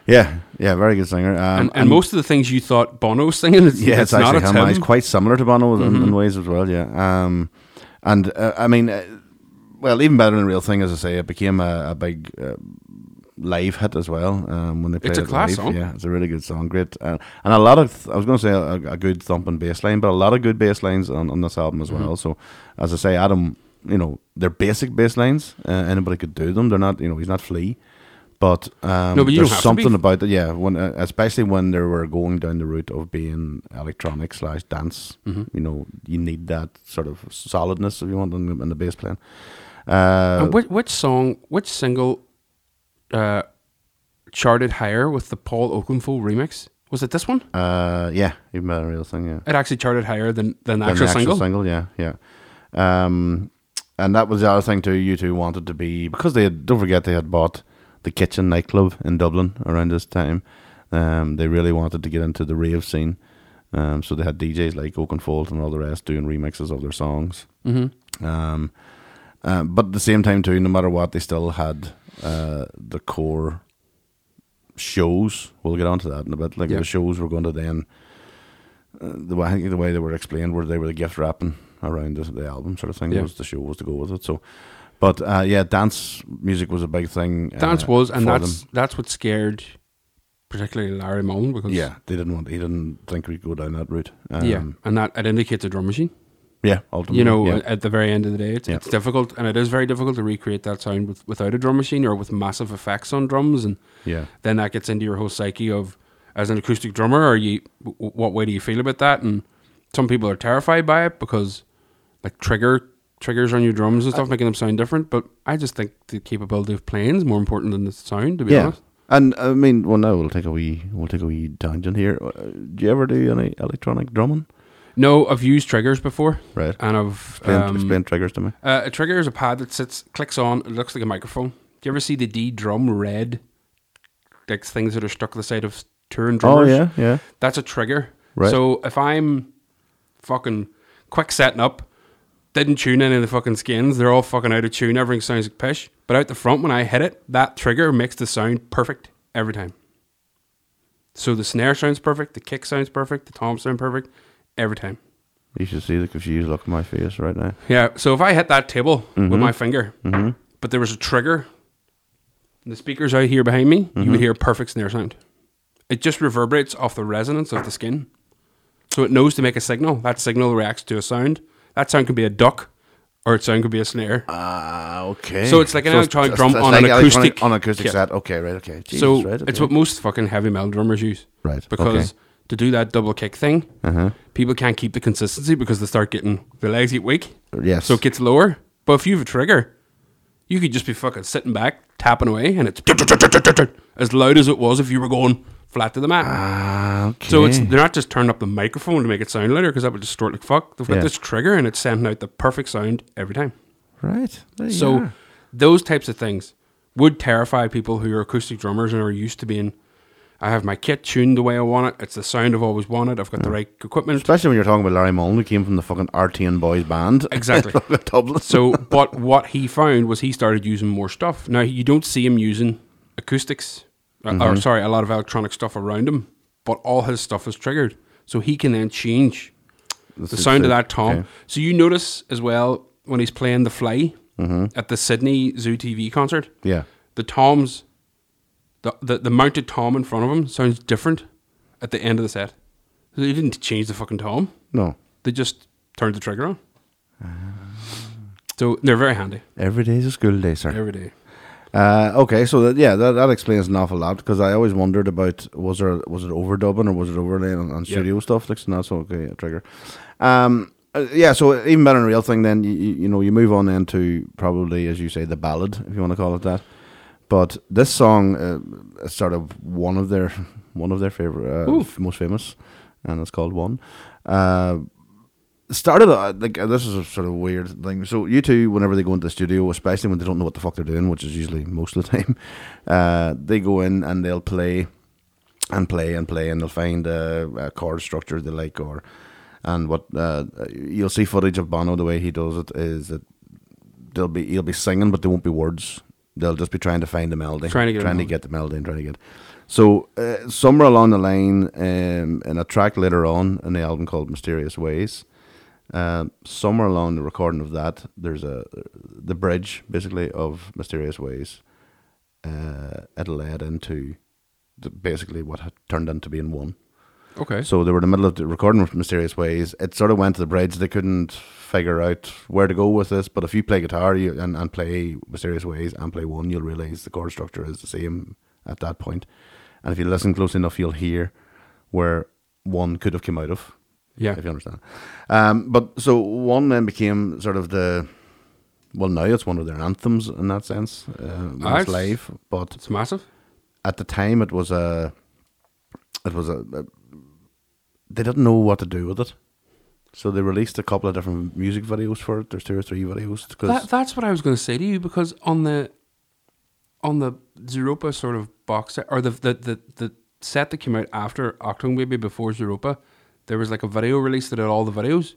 G: yeah, yeah. Very good singer. Um,
H: and, and, most of the things you thought Bono was singing, it's,
G: Yeah, it's,
H: not. Mm-hmm.
G: actually
H: It's
G: him.
H: him.
G: He's quite similar to Bono in, in ways as well. Yeah, um, and uh, I mean, uh, well, even better than real thing, as I say, it became a, a big uh, live hit as well. Um, when they played
H: a
G: it
H: class
G: live.
H: song.
G: Yeah, it's a really good song. Great, uh, and a lot of I was going to say a, a good thumping bass line, but a lot of good bass lines on, on this album as
H: Mm-hmm.
G: well. So, as I say, Adam, you know, they're basic bass lines. Uh, anybody could do them. They're not, you know, he's not Flea. But, um,
H: No, but you
G: there's
H: don't have to be.
G: something about it, yeah. When uh, especially when they were going down the route of being electronic slash dance,
H: Mm-hmm.
G: you know, you need that sort of solidness if you want in, the- in the bass playing. Uh,
H: And which, which song, which single, uh, charted higher with the Paul Oakenfold remix? Was it this one?
G: uh, yeah, even better real thing, yeah.
H: It actually charted higher than than the
G: Than
H: actual,
G: the
H: single.
G: yeah, yeah. Um, and that was the other thing too. You two wanted to be because they had, don't forget they had bought the Kitchen nightclub in Dublin around this time. Um, they really wanted to get into the rave scene. Um, so they had DJs like Oakenfold and all the rest doing remixes of their songs. Mm-hmm. Um, uh, but at the same time too, no matter what, they still had uh, the core shows. We'll get onto that in a bit. Like
H: Yeah.
G: the shows were going to then the way, I think the way they were explained were they were the gift wrapping around the, the album sort of thing
H: Yeah.
G: was the show was to go with it. So, but uh, yeah, dance music was a big thing. uh,
H: Dance was, and
G: for
H: that's
G: them.
H: that's what scared, particularly Larry Mullen because
G: yeah, they didn't want he didn't think we'd go down that route. Um,
H: yeah, and that it indicates a drum machine.
G: Yeah, ultimately.
H: you know, uh,
G: yeah.
H: at the very end of the day, it's,
G: Yeah.
H: it's difficult, and it is very difficult to recreate that sound with, without a drum machine or with massive effects on drums, and
G: Yeah.
H: then that gets into your whole psyche of as an acoustic drummer, are you w- w- what way do you feel about that? And some people are terrified by it because like trigger triggers on your drums and stuff, making them sound different. But I just think the capability of playing is more important than the sound, to be
G: yeah.
H: honest.
G: And I mean, well, now we'll take a wee, we'll take a wee tangent here. Uh, Do you ever do any electronic drumming?
H: No, I've used triggers before,
G: Right.
H: And I've
G: Explain,
H: um,
G: explain triggers to me.
H: Uh, a trigger is a pad that sits, clicks on, it looks like a microphone. Do you ever see the D drum red, like things that are stuck to the side of touring
G: Oh
H: drummers?
G: yeah, yeah.
H: That's a trigger.
G: Right.
H: So if I'm fucking quick setting up, didn't tune any of the fucking skins, they're all fucking out of tune, everything sounds like pish. But out the front, when I hit it, that trigger makes the sound perfect every time. So the snare sounds perfect, the kick sounds perfect, the tom sound perfect every time.
G: You should see the confused look on my face right now.
H: Yeah. So if I hit that table
G: Mm-hmm.
H: with my finger, but there was a trigger, and the speakers out here behind me, you
G: Mm-hmm.
H: would hear a perfect snare sound. It just reverberates off the resonance of the skin. So it knows to make a signal. That signal reacts to a sound. That sound could be a duck, or its sound could be a snare.
G: Ah, okay.
H: So it's like an electronic drum on an
G: electronic-
H: acoustic-
G: on an acoustic
H: yeah.
G: set. Okay, right. Okay. Jesus,
H: so
G: right,
H: it's
G: okay.
H: what most fucking heavy metal drummers use.
G: Right, okay. Uh-huh.
H: Because to do that double kick thing, people can't keep the consistency because they start getting the legs get weak.
G: Yes.
H: So it gets lower. But if you have a trigger, you could just be fucking sitting back, tapping away, and it's as loud as it was if you were going flat to the mat.
G: Ah, okay.
H: So it's they're not just turning up the microphone to make it sound louder because that would distort like fuck. They've got
G: Yeah.
H: this trigger and it's sending out the perfect sound every time.
G: right. There you
H: So
G: are.
H: those types of things would terrify people who are acoustic drummers and are used to being. I have my kit tuned the way I want it. It's the sound I've always wanted. I've got the right equipment.
G: especially when you're talking about Larry Mullen, who came from the fucking RTN Boys band.
H: Exactly.
G: From Dublin.
H: So, but what he found was he started using more stuff. Now you don't see him using acoustics, uh,
G: Mm-hmm.
H: or sorry, a lot of electronic stuff around him. But all his stuff is triggered, so he can then change the
G: is
H: sound of
G: true.
H: that tom.
G: Okay.
H: So you notice as well when he's playing the Fly at the Sydney Zoo TV concert.
G: Mm-hmm. Yeah.
H: the toms, the, the the mounted tom in front of him sounds different at the end of the set. So they didn't change the fucking tom;
G: no,
H: they just turned the trigger on. So they're very handy.
G: every day is a school day, sir.
H: Every day.
G: Uh, okay, so that, yeah, that, that explains an awful lot because I always wondered about was there was it overdubbing or was it overlaying on, on studio stuff? Like, so that's okay, a trigger. Um, uh, yeah, so even better than real thing. Then you, you you know you move on then to probably as you say the ballad if you want to call it that. But this song uh, is sort of one of their one of their favorite uh, f- most famous, and it's called One. Uh, started uh, like uh, this is a sort of weird thing. So you two, whenever they go into the studio, especially when they don't know what the fuck they're doing, which is usually most of the time, uh, they go in and they'll play and play and play, and they'll find a, a chord structure they like, or and what uh, you'll see footage of Bono the way he does it is that they'll be he'll be singing, but there won't be words. They'll just be trying to find the melody,
H: Trying to get a
G: trying to
H: melody.
G: get the melody, and trying to get. So uh, somewhere along the line, um, in a track later on in the album called "Mysterious Ways," um, somewhere along the recording of that, there's a the bridge basically of "Mysterious Ways." Uh, it led into the, basically what had turned into being one.
H: Okay.
G: So they were in the middle of the recording of Mysterious Ways. It sort of went to the bridge. They couldn't figure out where to go with this. But if you play guitar you, and, and play Mysterious Ways and play one, you'll realize the chord structure is the same at that point. And if you listen close enough, you'll hear where one could have come out of.
H: Yeah.
G: If you understand. Um, but so one then became sort of the. Well, now it's one of their anthems in that sense. Uh, when
H: Ah,
G: it's
H: it's-
G: live, but
H: it's massive.
G: at the time it was a it was a, a- they didn't know what to do with it so they released a couple of different music videos for it there's two or three videos
H: That,
G: because
H: that's what I was going to say to you because on the on the Zeropa sort of box set or the the the, the set that came out after Octone Baby before Zeropa, there was like a video release that had all the videos.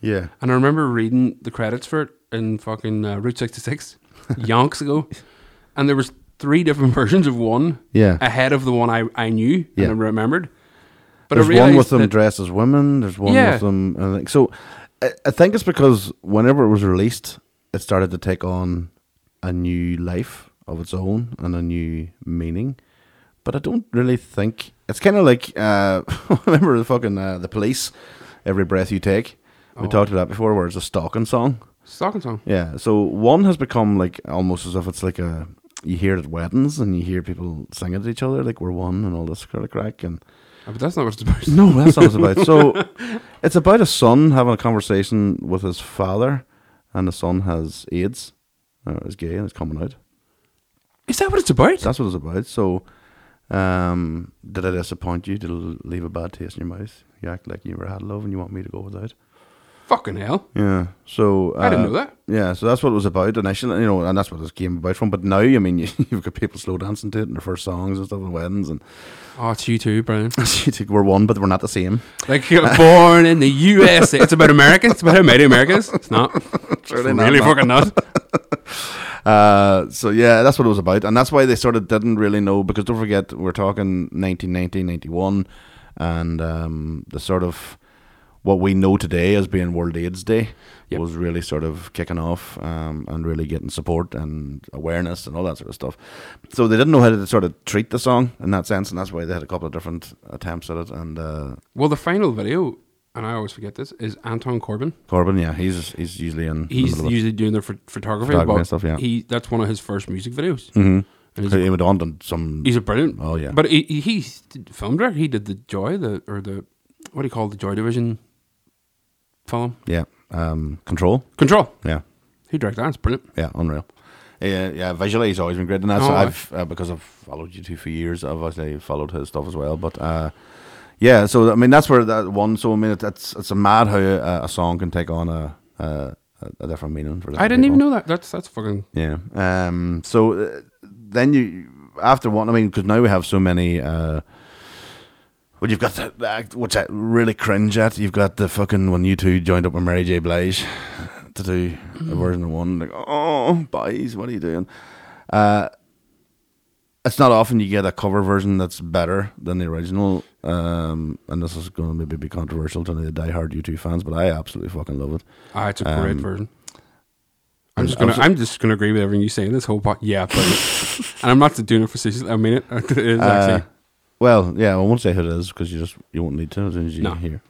G: yeah
H: And I remember reading the credits for it in fucking uh, Route 66 yonks ago. And there was three different versions of one
G: Yeah.
H: ahead of the one I, I knew
G: Yeah.
H: and I remembered. But
G: there's
H: I realized
G: one with them
H: that-
G: dressed as women there's one
H: Yeah.
G: with them and like so I, I think it's because whenever it was released it started to take on a new life of its own and a new meaning but I don't really think it's kind of like uh, remember the fucking uh, the police. Every breath you take,
H: Oh.
G: We talked about that before, where it's a stalking song.
H: Stocking song.
G: Yeah. So one has become like almost as if it's like a you hear it at weddings and you hear people sing it at each other like we're one and all this kind of crack and
H: Ah, But that's not what it's about.
G: no that's not what it's about so it's about a son having a conversation with his father and the son has AIDS uh, is gay and is coming out
H: Is that what it's about?
G: that's what it's about so um, did I disappoint you did it leave a bad taste in your mouth you act like you ever had love and you want me to go without
H: Fucking hell.
G: yeah. So uh,
H: I didn't know that.
G: Yeah. So that's what it was about initially, you know, and that's what this came about from. But now, I mean, you, you've got people slow dancing to it in their first songs and stuff and weddings, and
H: Oh, it's you too, Brian.
G: you think we're one, but we're not the same.
H: Like you're born in the USA. It's about America. It's about how many Americans. It's not. It's
G: really
H: really
G: not, no.
H: fucking not.
G: Uh, so yeah, that's what it was about, and that's why they sort of didn't really know because don't forget we're talking 1990, 91, and um, the sort of what we know today as being World AIDS Day
H: Yep.
G: was really sort of kicking off um, and really getting support and awareness and all that sort of stuff. So they didn't know how to sort of treat the song in that sense, and that's why they had a couple of different attempts at it. And uh,
H: Well, the final video, and I always forget this, is Anton Corbin.
G: Corbin, yeah, he's he's usually in. the
H: He's
G: middle of it.
H: usually doing their ph- photography,
G: Photography
H: but
G: and stuff, yeah.
H: he that's one of his first music videos. Mm-hmm. And he's,
G: he went on to some.
H: he's a brilliant.
G: Oh, yeah.
H: but he, he he's the film director. He did the Joy, the or the what do you call the Joy Division film?
G: yeah, um, control,
H: Control.
G: yeah.
H: He directed that. It's brilliant.
G: Yeah, unreal. Yeah, yeah. Visually, he's always been great, and that's
H: Oh, aye.
G: I've uh, because I've followed you two for years. I've obviously followed his stuff as well, but uh, yeah. So I mean, that's where that one. So I mean, it, it's it's a mad how a, a song can take on a a, a different meaning for.
H: I didn't even know that. That's that's fucking
G: Yeah. Um. So uh, then you after one. I mean, because now we have so many. Uh, well, you've got the, the act- what's that really cringe at? You've got the fucking when you two joined up with Mary J. Blige to do a version of one. Like, oh, boys, what are you doing? Uh, it's not often you get a cover version that's better than the original. Um, and this is going to maybe be controversial to the diehard U2 fans, but I absolutely fucking love it.
H: Ah, it's a great
G: Um,
H: version. I'm
G: and
H: just gonna,
G: also-
H: I'm just gonna agree with everything you say in this whole part. Yeah, but and I'm not doing it facetiously. I mean it. It is actually.
G: Well, yeah, I won't say who it is because you just you won't need to as soon as you
H: No.
G: hear.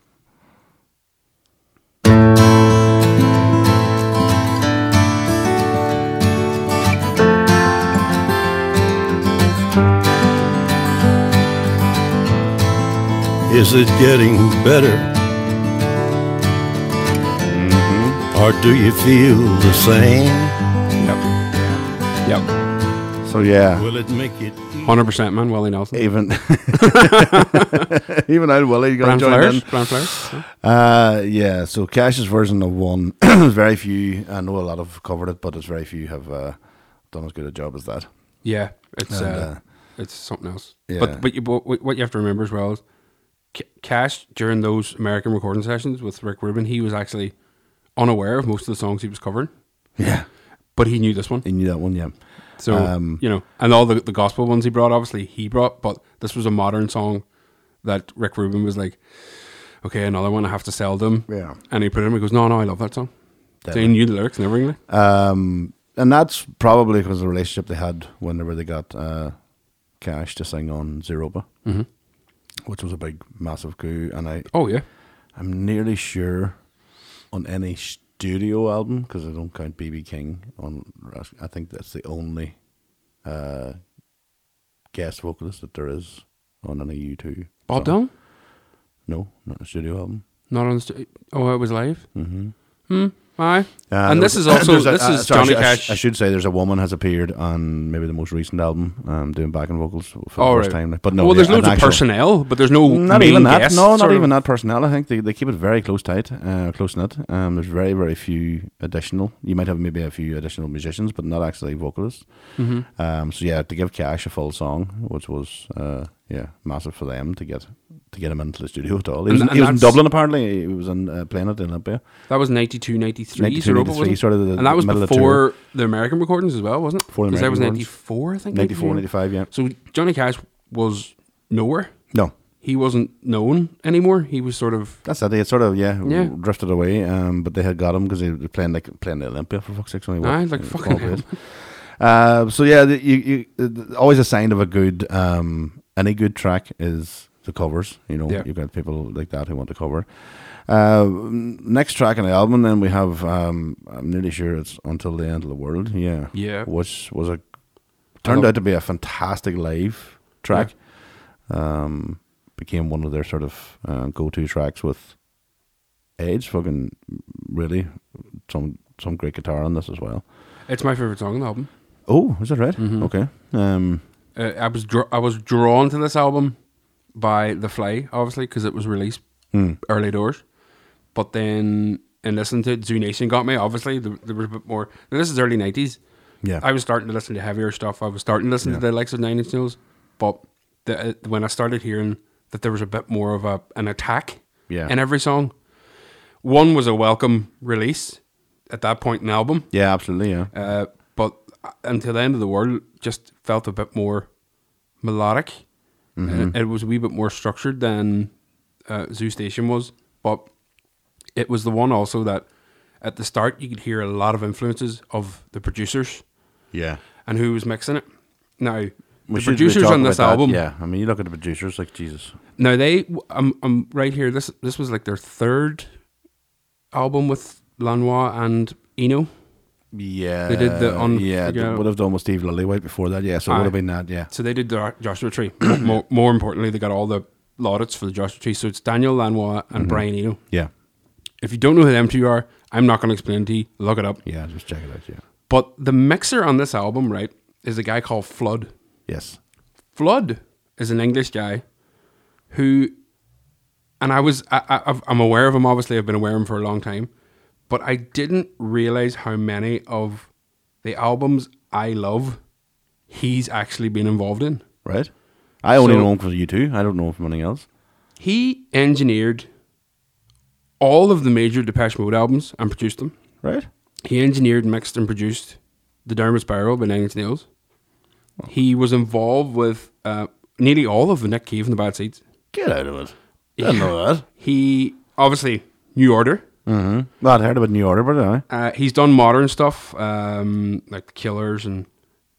I: Is it getting better?
G: Mm-hmm.
I: Or do you feel the same?
G: Uh.
H: Yep,
G: So yeah,
I: Will it make it
H: hundred percent, man. Willie Nelson,
G: even even old Willie got
H: Brand
G: joined
H: Flyers,
G: in.
H: Brand Flyers. yeah.
G: Uh, yeah, so Cash's version of one, very few. I know a lot have covered it, but it's very few have uh, done as good a job as that.
H: Yeah, it's
G: And,
H: uh,
G: uh,
H: it's something else.
G: yeah.
H: But but you, but what what you have to remember as well is C- Cash during those American recording sessions with Rick Rubin, he was actually unaware of most of the songs he was covering,
G: Yeah,
H: but he knew this one.
G: he knew that one. Yeah,
H: So
G: Um,
H: you know, and all the, the gospel ones he brought, obviously he brought, but this was a modern song that Rick Rubin was like, okay, another one I have to sell them.
G: Yeah.
H: and he put it in. He goes, no, no, I love that song. So he
G: Definitely.
H: knew the lyrics and everything. like.
G: um, and that's probably because of the relationship they had whenever they got uh, Cash to sing on Zeroba, mm-hmm. which was a big, massive coup. And I
H: oh yeah,
G: I'm nearly sure on any studio album because I don't count BB King on. Ras- I think that's the only uh, guest vocalist that there is on any U two.
H: Bob Dylan,
G: No, not a studio album.
H: not on. the St- oh, it was live. Mm-hmm. Hmm. Aye.
G: Uh,
H: and this is
G: there's a-
H: also
G: there's a-
H: this
G: uh,
H: is
G: sorry, I
H: Johnny
G: should- I should-
H: Cash.
G: I should say there's a woman has appeared on maybe the most recent album, um, doing backing vocals for the
H: All
G: first
H: Oh, right.
G: time. like, But no,
H: well, there's
G: yeah, an
H: loads of
G: actual-
H: personnel, but there's no
G: Not
H: main
G: even that.
H: guest
G: No, not
H: sort of-
G: even that personnel. I think they, they keep it very close tight, uh, close knit. Um, there's very very few additional. You might have maybe a few additional musicians, but not actually vocalists.
H: Mm-hmm.
G: Um, so yeah, to give Cash a full song, which was uh, yeah massive for them to get to get him into the studio at all. He
H: And-
G: was, in-
H: and
G: he was in
H: that's-
G: Dublin apparently. He was in uh, playing at the Olympia.
H: That was 92, 93.
G: 92,
H: Zeropa,
G: 93,
H: wasn't it?
G: sort of the
H: and that was
G: middle of the
H: before the American recordings as well, wasn't it?
G: Before the
H: Because that was
G: American
H: 94, I think.
G: 94, 95, yeah.
H: So Johnny Cash was nowhere.
G: No,
H: He wasn't known anymore. He was sort of.
G: That's it. They had sort of yeah,
H: Yeah.
G: drifted away. Um, but they had got him because they were playing like playing the Olympia for fuck's sake. Only
H: Aye,
G: what,
H: like
G: uh,
H: fucking
G: all
H: hell.
G: days. Uh, so yeah, the, you, you uh, always a sign of a good um any good track is the covers. You know,
H: Yeah.
G: you've got people like that who want to cover. it. Uh, n- next track on the album, then we have. Um, I'm nearly sure it's "Until the End of the World." Yeah,
H: Yeah.
G: which was a turned
H: love-
G: out to be a fantastic live track. Um, became one of their sort of uh, go-to tracks with Edge. Fucking really, some some great guitar on this as well.
H: It's my favorite song on the album.
G: Oh, is that right?
H: Mm-hmm.
G: Okay. Um,
H: Uh, I was dr- I was drawn to this album by The Fly, obviously, because it was released
G: Hmm.
H: early doors. But then in listening to it, Zoo Nation got me. Obviously, there, there was a bit more. Now, this is early nineties.
G: Yeah.
H: I was starting to listen to heavier stuff. I was starting to listen to
G: Yeah.
H: the likes of Nine Inch Nails. But the, uh, when I started hearing that there was a bit more of a an attack
G: Yeah.
H: in every song, one was a welcome release at that point in the album.
G: yeah, absolutely. Yeah.
H: Uh, but until the end of the world, just felt a bit more melodic.
G: Mm-hmm.
H: Uh, it was a wee bit more structured than uh, Zoo Station was, but it was the one also that at the start you could hear a lot of influences of the producers
G: yeah.
H: and who was mixing it. Now
G: We
H: the
G: should- we
H: producers
G: talk
H: on this
G: about that,
H: album,
G: Yeah, I mean, you look at the producers like Jesus.
H: now they, I'm, I'm right here. This this was like their third album with Lanois and Eno.
G: Yeah,
H: They did the on-
G: yeah, they
H: yeah.
G: would have done with Steve Lillywhite before that. Yeah, so it
H: Aye.
G: would have been that. Yeah,
H: So they did the Joshua Tree. more, more importantly, they got all the laudits for the Joshua Tree. So it's Daniel Lanois and Brian Eno.
G: yeah,
H: If you don't know who them two are, I'm not going to explain it to you. Look it up.
G: yeah. Just check it out. Yeah,
H: But the mixer on this album, right, is a guy called Flood.
G: yes,
H: Flood is an English guy who, and I was, I, I, I've- I'm aware of him, obviously, I've been aware of him for a long time, but I didn't realize how many of the albums I love he's actually been involved in.
G: right. I only
H: So-
G: know him because of you two. I don't know him from anything else.
H: He engineered all of the major Depeche Mode albums and produced them.
G: Right?
H: He engineered, mixed, and produced The Downward Spiral by Nine Inch Nails. He was involved with uh, nearly all of the Nick Cave and the Bad Seeds.
G: Get out of it. Didn't know that.
H: He obviously New Order.
G: Mm-hmm. I'd heard about New Order, but uh,
H: Uh, he's done modern stuff um, like The Killers and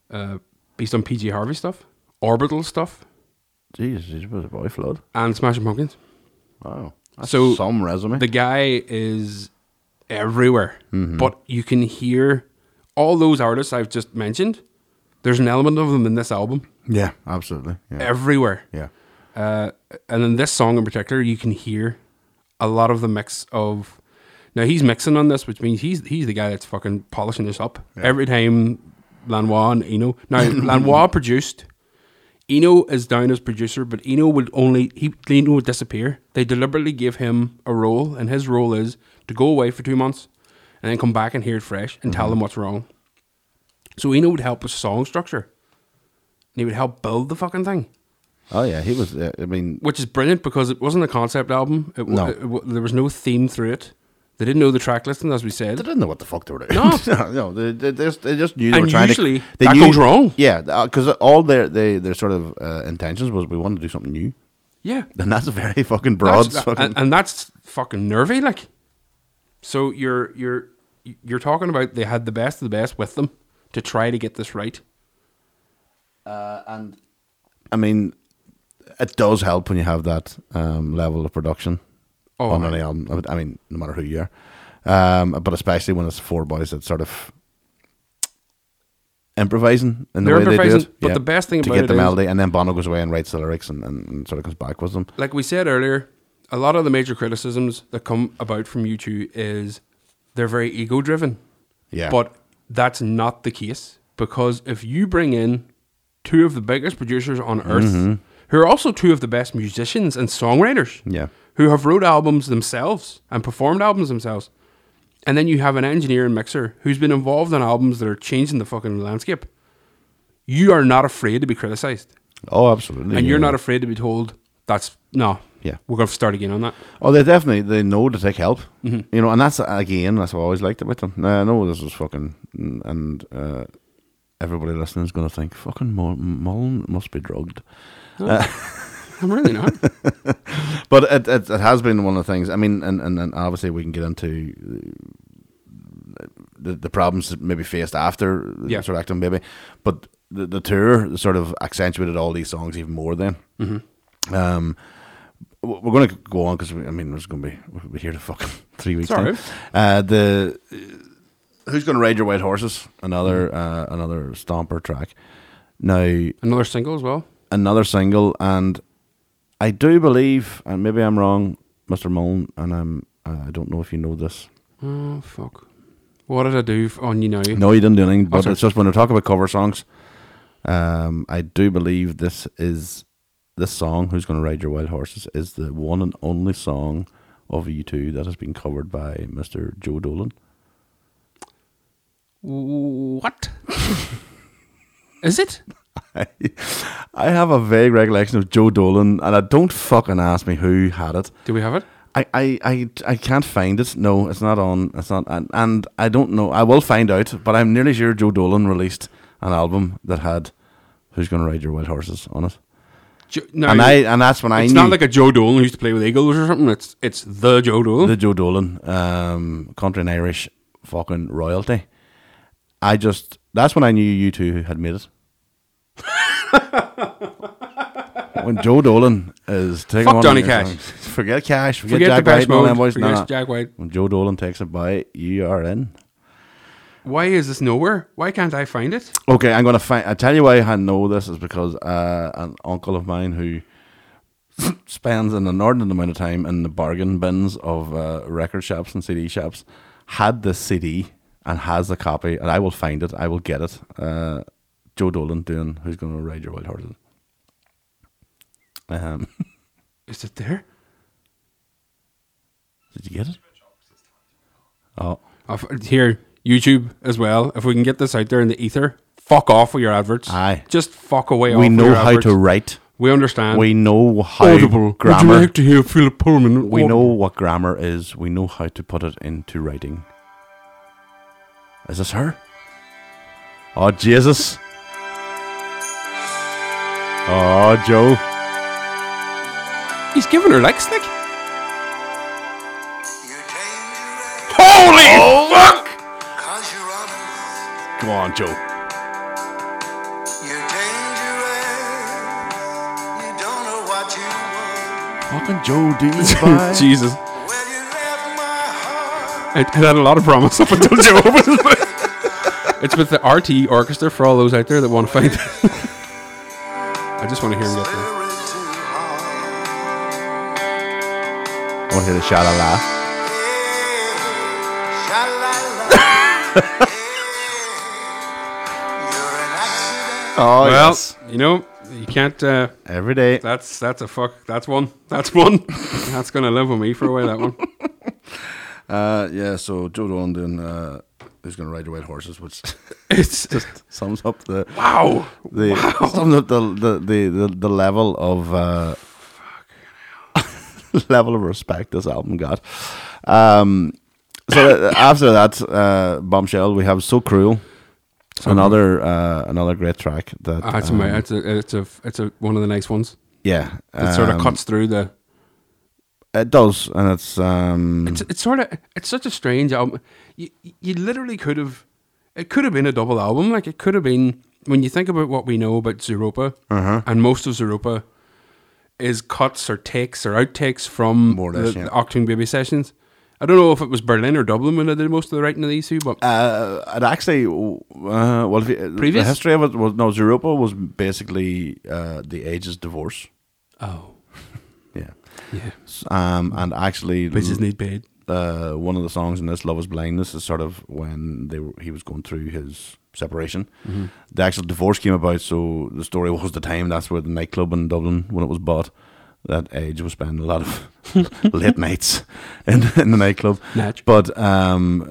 H: uh, he's done PG Harvey stuff, Orbital stuff,
G: Jesus, he was a boy flood.
H: and Smashing Pumpkins.
G: Wow. That's
H: So,
G: some resume.
H: the guy is everywhere but you can hear all those artists i've just mentioned there's an element of them in this album
G: yeah, absolutely. Yeah.
H: everywhere
G: yeah.
H: and in this song in particular you can hear a lot of the mix of now he's mixing on this which means he's he's the guy that's fucking polishing this up every time lanois and eno now lanois produced Eno is down as producer, but Eno would only he Eno would disappear. They deliberately give him a role, and his role is to go away for two months and then come back and hear it fresh and tell them what's wrong. So Eno would help with song structure. And he would help build the fucking thing,
G: Oh yeah, he was. Uh, I mean,
H: which is brilliant because it wasn't a concept album. It, w-
G: No.
H: it w- there was no theme through it. They didn't know the track listing, as we said.
G: They didn't know what the fuck they were doing.
H: No.
G: no, no, they, they just they just knew they
H: And
G: were trying
H: usually,
G: to. They
H: that
G: knew,
H: goes wrong.
G: Yeah, because all their they, their sort of uh, intentions was we want to do something new,
H: Yeah,
G: and that's a very fucking broad.
H: That's-
G: fucking,
H: and, and that's fucking nervy like so you're you're you're talking about they had the best of the best with them to try to get this right
G: I mean, it does help when you have that um, level of production
H: Oh,
G: on
H: aye.
G: any album. I would- I mean, no matter who you are, um, but especially when it's four boys that sort of improvising in the
H: They're
G: way they do
H: improvising,
G: it.
H: but the best thing
G: to
H: about
G: get
H: it
G: the
H: is-
G: melody, and then Bono goes away and writes the lyrics, and, and, and sort of comes back with them.
H: like we said earlier a lot of the major criticisms that come about from you two is they're very ego driven
G: Yeah.
H: but that's not the case because if you bring in two of the biggest producers on earth
G: Mm-hmm.
H: who are also two of the best musicians and songwriters
G: Yeah.
H: who have wrote albums themselves and performed albums themselves. And then you have an engineer and mixer who's been involved in albums that are changing the fucking landscape. You are not afraid to be criticized.
G: Oh, absolutely.
H: And you're
G: yeah.
H: not afraid to be told that's no.
G: Yeah.
H: We're gonna start again on that.
G: Oh, they definitely they know to take help.
H: Mm-hmm.
G: You know, and that's again that's what I always liked about them. Now, I know this is fucking and uh, everybody listening is going to think fucking Mul- Mullen must be drugged,
H: I'm really not.
G: but it, it it has been one of the things. I mean, and and, and obviously we can get into. uh, The, the problems that maybe faced after
H: Yeah.
G: sort of acting baby, but the, the tour sort of accentuated all these songs even more. Then Um, w- we're going to go on because I mean, there's going to be we'll be here to fucking three weeks.
H: all
G: time.
H: right.
G: Uh, the uh, who's going to ride your white horses? Another uh, another stomper track. Now
H: Another single as well.
G: another single, and I do believe, and maybe I'm wrong, Mister Mullen, and I'm uh, I don't know if you know this.
H: Oh fuck! What did I do f- on you now?
G: No, you didn't do anything. But
H: sorry.
G: it's just when we talk about cover songs, um, I do believe this is this song. Who's going to ride your wild horses is the one and only song of U two that has been covered by Mister Joe Dolan.
H: What? Is it?
G: I have a vague recollection of Joe Dolan, and I don't fucking ask me who had it.
H: Do we have it?
G: I, I, I, I can't find it. No, it's not on. It's not, and, and I don't know. I will find out, but I'm nearly sure Joe Dolan released an album that had "Who's Gonna Ride Your Wild Horses" on it.
H: Jo- no,
G: and I, and that's when I
H: it's
G: knew
H: not like a Joe Dolan who used to play with Eagles or something. It's it's the Joe Dolan.
G: the Joe Dolan, um, country and Irish fucking royalty. I just that's when I knew you two had made it. when Joe Dolan is taking
H: Fuck
G: one of
H: Johnny
G: your
H: Cash.
G: songs- forget Cash, forget,
H: Forget
G: Jack
H: the
G: White,
H: Bash
G: and all
H: Mode.
G: them boys.
H: forget
G: No, no.
H: Jack White.
G: When Joe Dolan takes a bite, you are in.
H: Why is this nowhere? Why can't I find it?
G: Okay, I'm gonna find. I tell you why I know this is because uh, an uncle of mine who spends an inordinate amount of time in the bargain bins of uh, record shops and CD shops had this CD and has a copy, and I will find it. I will get it. Uh, Joe Dolan doing "Who's Gonna Ride Your Wild Horses." Um,
H: Is it there?
G: did you get it? Oh,
H: Off- Here, YouTube as well. If we can get this out there in the ether, fuck off with your adverts.
G: Aye.
H: Just fuck away. off
G: we
H: with
G: know
H: your
G: how
H: adverts.
G: to write.
H: We understand.
G: We know how grammar.
H: Would you like to hear Philip Pullman?
G: We
H: walk-
G: know what grammar is. We know how to put it into writing. Is this her? Oh, Jesus. Oh, Joe.
H: He's giving her legs, Nick. Holy fuck!
G: Come on, Joe. Fucking Joe D.
H: Jesus. It, it had a lot of promise up until Joe opened his mouth. It's with the RT Orchestra for all those out there that want to find it. I just want to hear him get there.
G: I want to hear the sha la la. Oh,
H: well, you know, you can't. Uh,
G: Every day.
H: that's that's a fuck. That's one. That's one. that's gonna live with me for a while. That one.
G: Uh, yeah, so Joe Dolan doing uh, Who's Gonna Ride Your White Horses, which
H: It's just
G: sums up the.
H: wow.
G: the sums up the the, the, the, the level of uh, level of respect this album got. Um, so uh, after that uh, bombshell, we have so cruel. Another uh, another great track that
H: Ah, it's,
G: um,
H: a, it's a it's a it's a one of the nice ones.
G: yeah
H: It sort of
G: um,
H: cuts through the.
G: it does and it's um
H: It's, it's sort of it's such a strange album. You you literally could have, it could have been a double album. Like it could have been when you think about what we know about Zeropa
G: Uh-huh.
H: and most of Zeropa is cuts or takes or outtakes from
G: More or
H: the,
G: less, yeah.
H: the Octane Baby sessions. I don't know if it was Berlin or Dublin when I did most of the writing of these two, but
G: uh, it actually uh, well if you,
H: Previous?
G: the history of it was no Zeropa was basically uh, the ages divorce
H: oh
G: yeah
H: yeah,
G: um and actually
H: bitches need paid.
G: uh, one of the songs in this "Love Is Blindness" is sort of when they were, he was going through his separation.
H: Mm-hmm.
G: The actual divorce came about, so the story was the time that's where the nightclub in Dublin, when it was bought, that age was spending a lot of late nights in, in the nightclub.
H: Natch.
G: But um,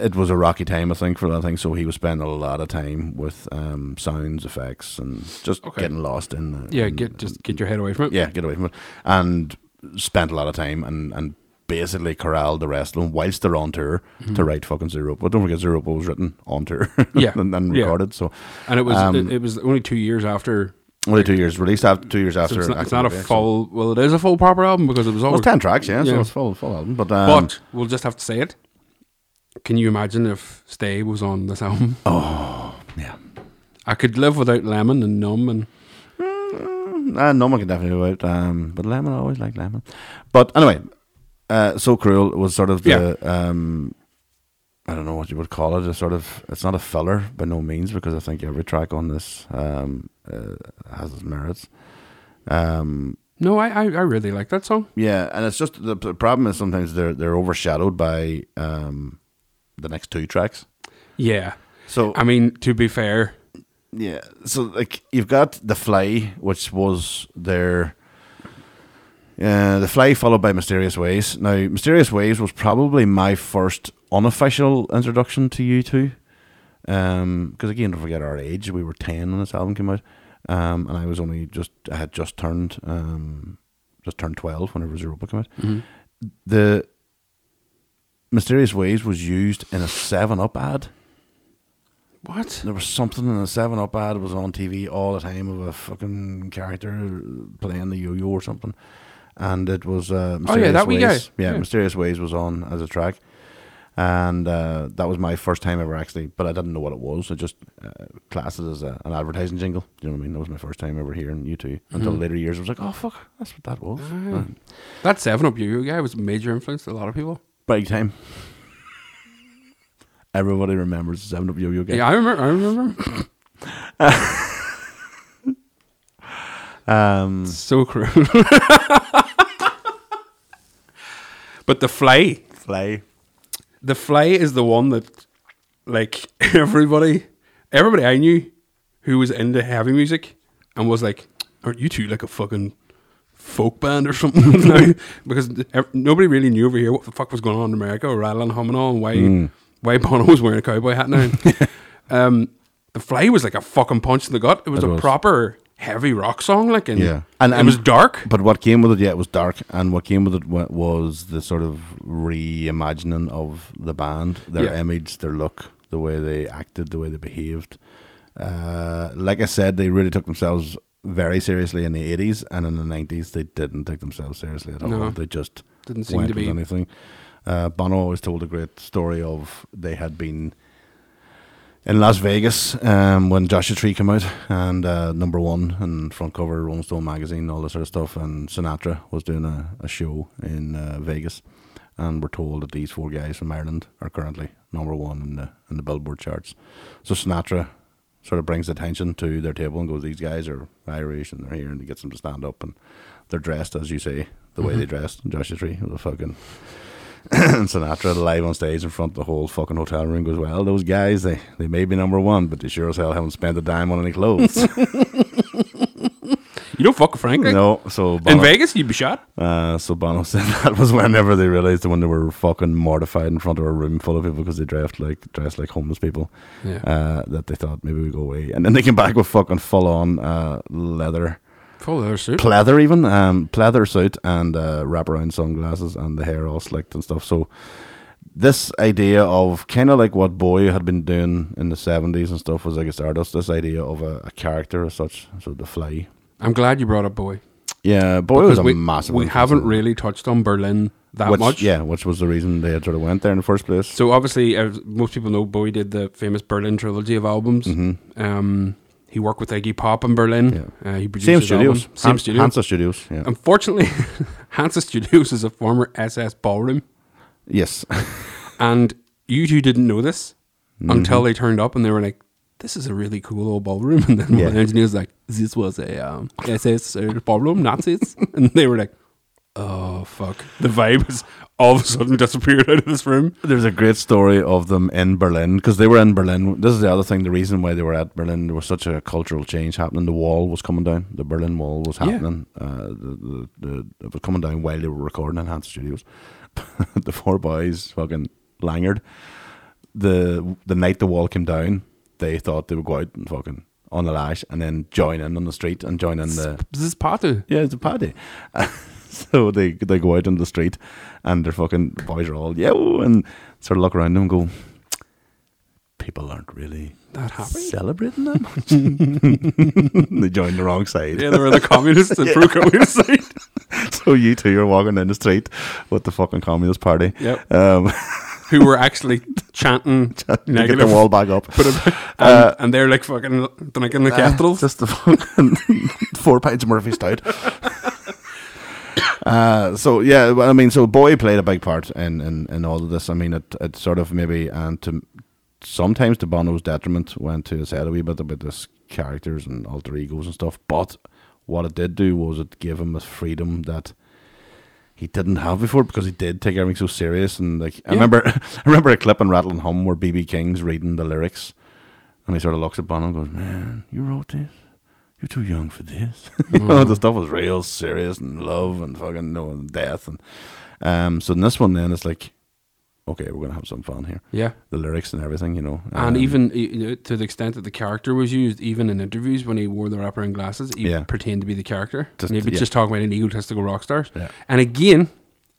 G: it was a rocky time, I think, for that thing. So he was spending a lot of time with um, sounds, effects, and just
H: Okay.
G: getting lost in the
H: Yeah,
G: in-
H: get just get your head away from it.
G: yeah, get away from it. And spent a lot of time and, and basically corralled the rest of them whilst they're on tour to write fucking Zero. But don't forget, Zero was written on tour
H: Mm-hmm. Yeah,
G: and, and
H: yeah.
G: recorded. So
H: and it was
G: um,
H: it, it was only two years after.
G: only two years released after two years after.
H: So it's not, it's
G: Active
H: not a
G: Baby, so-
H: full. Well, it is a full proper album because it was
G: Well,
H: always
G: it's ten tracks, yeah,
H: Yeah.
G: so it's full full album. But, um,
H: But we'll just have to say it. Can you imagine if Stay was on this album?
G: Oh, yeah,
H: I could live without Lemon and Numb and
G: Uh, no one can definitely do it. Um, but Lemon, I always like Lemon. But anyway, uh, So Cruel was sort of the, um, I don't know what you would call it, a sort of, it's not a filler by no means, because I think every track on this um, uh, has its merits. Um,
H: No, I, I, I really like that song.
G: yeah, and it's just, the p- problem is sometimes they're, they're overshadowed by um, the next two tracks.
H: Yeah.
G: So
H: I mean, to be fair,
G: Yeah. So like you've got the fly, which was their uh, the fly followed by Mysterious Ways. Now Mysterious Ways was probably my first unofficial introduction to you two. Um, because again, don't forget our age. We were ten when this album came out. Um, and I was only just I had just turned um just turned twelve whenever Zeropa came out. The Mysterious Ways was used in a seven up ad
H: what?
G: there was something in a Seven Up ad was on TV all the time of a fucking character playing the yo-yo or something, and it was uh, Mysterious
H: that wee
G: Ways.
H: guy.
G: Yeah,
H: Oh, Yeah.
G: Mysterious Ways was on as a track, and uh, that was my first time ever actually. But I didn't know what it was. I just uh, classed it as a, an advertising jingle. Do you know what I mean? That was my first time ever hearing you 2 Until
H: Mm-hmm.
G: later years, I was like, oh fuck, that's what that was.
H: Ah.
G: Right.
H: That Seven Up You guy was a major influence to a lot of people.
G: Break time. Everybody remembers the Seven Up yo-yo game.
H: Yeah, I remember. I remember.
G: Um,
H: so cruel. but the fly,
G: fly.
H: the fly is the one that, like everybody, everybody I knew, who was into heavy music, and was like, "Aren't you two like a fucking folk band or something?" now? Because th- ev- nobody really knew over here what the fuck was going on in America, or rattling, humming on, why
G: Hmm.
H: why Bono was wearing a cowboy hat now. um, the fly was like a fucking punch in the gut. It was
G: It
H: a
G: was.
H: proper heavy rock song, like and
G: Yeah,
H: and, it was dark.
G: But what came with it, yeah, it was dark, and what came with it wa- was the sort of reimagining of the band, their
H: Yeah.
G: image, their look, the way they acted, the way they behaved. Uh, like I said, they really took themselves very seriously in the eighties, and in the nineties, they didn't take themselves seriously at all.
H: No.
G: They just
H: Didn't seem
G: went
H: to
G: with
H: be.
G: anything. Uh, Bono always told a great story of they had been in Las Vegas um, when Joshua Tree came out and uh, number one and front cover Rolling Stone magazine, all this sort of stuff. And Sinatra was doing a, a show in uh, Vegas, and we're told that these four guys from Ireland are currently number one in the in the Billboard charts. So Sinatra sort of brings attention to their table and goes, "These guys are Irish and they're here," and he gets them to stand up and they're dressed as you say the way they dressed. Joshua Tree was a fucking and Sinatra live on stage in front of the whole fucking hotel room goes, Well, those guys, they, they may be number one, but they sure as hell haven't spent a dime on any clothes.
H: You don't fuck with Frank. like,
G: no, so
H: In
G: Bono,
H: Vegas, you'd be shot.
G: uh, so Bono said that was whenever they realized that when they were fucking mortified in front of a room full of people because they dressed like dressed like homeless people,
H: Yeah.
G: uh, that they thought maybe we go away. And then they came back with fucking full on uh, leather,
H: Full leather suit.
G: pleather even, um, pleather suit and uh, wraparound sunglasses and the hair all slicked and stuff. So this idea of kind of like what Boy had been doing in the seventies and stuff was like a Stardust. This idea of a, a character as such, so the Fly.
H: I'm glad you brought up Boy.
G: Yeah, Boy was a
H: we,
G: massive.
H: we
G: influence
H: haven't
G: on-
H: really touched on Berlin that
G: which,
H: much.
G: Yeah, which was the reason they had sort of went there in the first place.
H: So obviously, as most people know, Bowie did the famous Berlin trilogy of albums.
G: Mm-hmm.
H: Um, he worked with Iggy Pop in Berlin. Uh, he produced
G: Same
H: his album.
G: studios,
H: Same
G: Han-
H: studio.
G: Hansa Studios. Yeah.
H: Um, Unfortunately, Hansa Studios is a former SS ballroom,
G: yes.
H: and you two didn't know this
G: Mm-hmm.
H: until they turned up and they were like, "This is a really cool old ballroom." And then one of the
G: Yeah.
H: engineers like, "This was a um, SS uh, ballroom, Nazis," and they were like, "Oh fuck!" The vibe has all of a sudden disappeared out of this room.
G: There's a great story of them in Berlin because they were in Berlin. This is the other thing. The reason why they were at Berlin there was such a cultural change happening. The wall was coming down. The Berlin Wall was
H: Yeah.
G: happening. Uh, the, the, the, it was coming down while they were recording in Hans Studios. the four boys fucking langered. The the night the wall came down, they thought they would go out and fucking on the lash and then join in on the street and join in the
H: This is party.
G: yeah, it's a party. so they they go out on the street, and their fucking boys are all yo, and sort of look around them and go, people aren't really
H: That happened.
G: celebrating that much. they joined the wrong side.
H: Yeah, they were the communists and pro communist side.
G: So you two are walking down the street with the fucking communist party.
H: Yep.
G: Um,
H: who were actually chanting
G: You
H: negative.
G: get the wall back up.
H: Put it- and, and they're like fucking drinking the
G: Ah,
H: kettle.
G: Just the fucking four pints of Murphy's Stout. Uh, so yeah, well, I mean, so Boy played a big part in, in, in all of this. I mean, it it sort of maybe and to sometimes to Bono's detriment went to his head a wee bit about this characters and alter egos and stuff. But what it did do was it gave him a freedom that he didn't have before because he did take everything so serious. And like I remember, I remember a clip in Rattling Hum where BB King's reading the lyrics, and he sort of looks at Bono and goes, "Man, you wrote this." You're too young for this. you
H: Mm.
G: know, the stuff was real serious and love and fucking no and death and um. So in this one, then it's like, okay, we're gonna have some fun here.
H: Yeah.
G: the lyrics and everything, you know,
H: And e-
G: um,
H: even you know, to the extent that the character was used, even in interviews when he wore the wraparound glasses, he
G: Yeah.
H: pretended to be the character.
G: Just-
H: Maybe
G: yeah.
H: just talking about an egotistical rock star.
G: Yeah.
H: And again,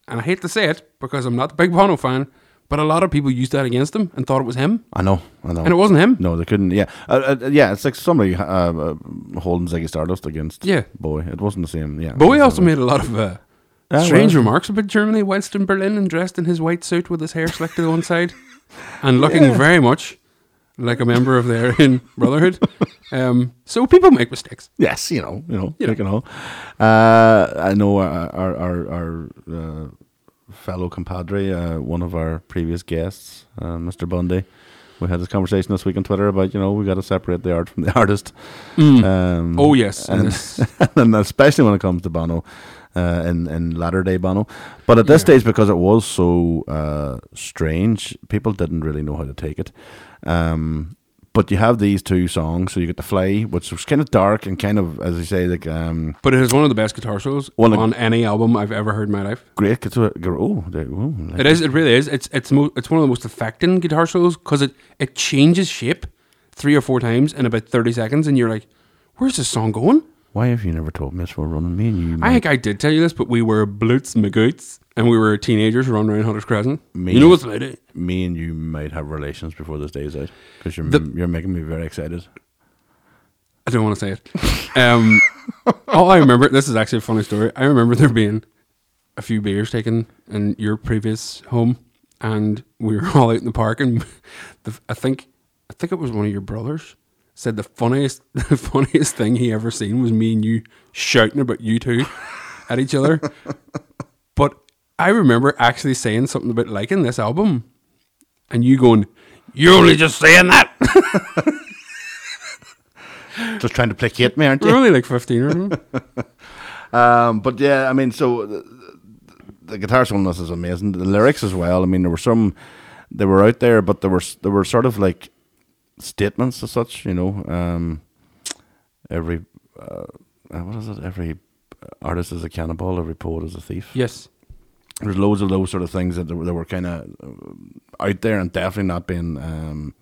H: and I hate to say it because I'm not a big Bono fan, but a lot of people used that against him and thought it was him.
G: I know, I know,
H: And it wasn't him.
G: Oh. No, they couldn't. Yeah, uh, uh, yeah. It's like somebody uh, uh, holding Ziggy Stardust against.
H: Yeah.
G: boy, it wasn't the same. Yeah,
H: Bowie also made a lot of uh,
G: Ah,
H: strange
G: well.
H: remarks about Germany whilst in Berlin and dressed in his white suit with his hair slicked to the one side and looking very much like a member of the Aryan Brotherhood. Um, so people make mistakes.
G: Yes, you know, you know,
H: You
G: you
H: know.
G: know. Uh, I know our our our, our uh, fellow compadre, uh, one of our previous guests, uh, Mr. Bundy. We had this conversation this week on Twitter about you know we got to separate the art from the artist. Um,
H: Oh, yes. And
G: and,
H: this-
G: and especially when it comes to Bono, uh, in in latter day Bono. But at this
H: Yeah.
G: stage, because it was so uh, strange, people didn't really know how to take it. Um, but you have these two songs, so you get the Fly, which was kind of dark and kind of, as I say, like um,
H: But it is one of the best guitar solos
G: Well, it-
H: on any album I've ever heard in my life.
G: great. guitar- Oh, there- oh, like-
H: It is. It really is. It's it's mo- it's one of the most affecting guitar solos because it it changes shape three or four times in about thirty seconds, and you're like, "Where's this song going?"
G: Why have you never told me this for running me and you?
H: I
G: mate?
H: think I did tell you this, but we were bloots magoots and we were teenagers running around Hunter's Crescent.
G: Me.
H: You know what's about it?
G: me and you might have relations before this day's out because you're
H: The-
G: you're making me very excited.
H: I don't want to say it. Um, all I remember, this is actually a funny story. I remember there being a few beers taken in your previous home, and we were all out in the park, and the, I think I think it was one of your brothers said the funniest the funniest thing he ever seen was me and you shouting about you two at each other. But I remember actually saying something about liking this album, and you going, "You're only just saying that."
G: Just trying to placate me, aren't
H: We're
G: you?
H: only like fifteen or something.
G: Um, but yeah, I mean, so the, the guitar solo in this is amazing. The lyrics as well. I mean, there were some, they were out there, but there were s- there were sort of like statements as such. You know, um, every uh, uh, what is it? Every artist is a cannibal. Every poet is a thief.
H: Yes.
G: There's loads of those sort of things that, were- that were kind of out there and definitely not being um,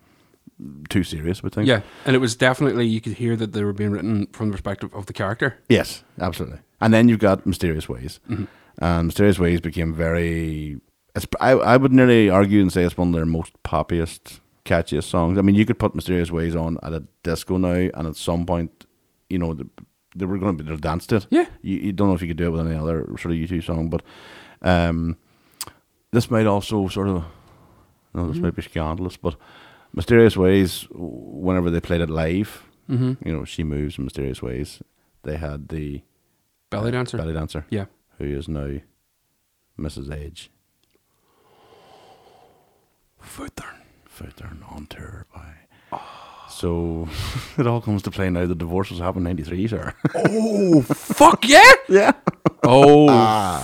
G: too serious with things.
H: Yeah, and it was definitely you could hear that they were being written from the perspective of the character.
G: Yes, absolutely. And then you've got Mysterious Ways. And Mysterious Ways became very. It's, I, I would nearly argue and say it's one of their most poppiest, catchiest songs. I mean, you could put Mysterious Ways on at a disco now, and at some point, you know, the, they were going to be they'll dance to it.
H: Yeah.
G: You, you don't know if you could do it with any other sort of U2 song, but um, this might also sort of. No, this might be scandalous, but Mysterious Ways, whenever they played it live, you know, She Moves in Mysterious Ways, they had the
H: Belly dancer.
G: belly dancer,
H: Yeah.
G: who is now Mrs. Age.
H: Footburn.
G: Footern on tour by. So it all comes to play now. The divorce was happened in 93, sir.
H: Oh, Fuck yeah!
G: yeah. Ah.
H: Oh,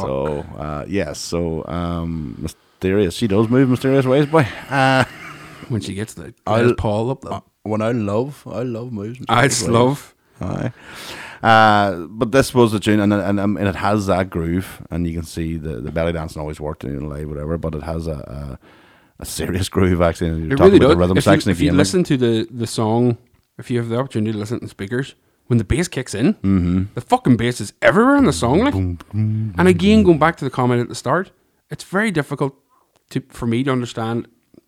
G: So, uh, yes. so, um, Mysterious. She does move mysterious ways, boy. Uh,
H: when she gets the
G: I'll-
H: Les Paul up, the
G: when I love, I love moves.
H: I
G: mysterious ways.
H: love.
G: Aye. Uh, but this was the tune, and and, um, and and it has that groove, and you can see the, the belly dancing always worked in live, whatever. But it has a a, a serious groove actually. And you're
H: It
G: talking
H: really
G: about
H: does.
G: the rhythm
H: if
G: section
H: you, if
G: again.
H: you
G: like-
H: listen to the the song, if you have the opportunity to listen to the speakers, when the bass kicks in,
G: Mm-hmm.
H: the fucking bass is everywhere in the song. Like, and again, going back to the comment at the start, it's very difficult to for me to understand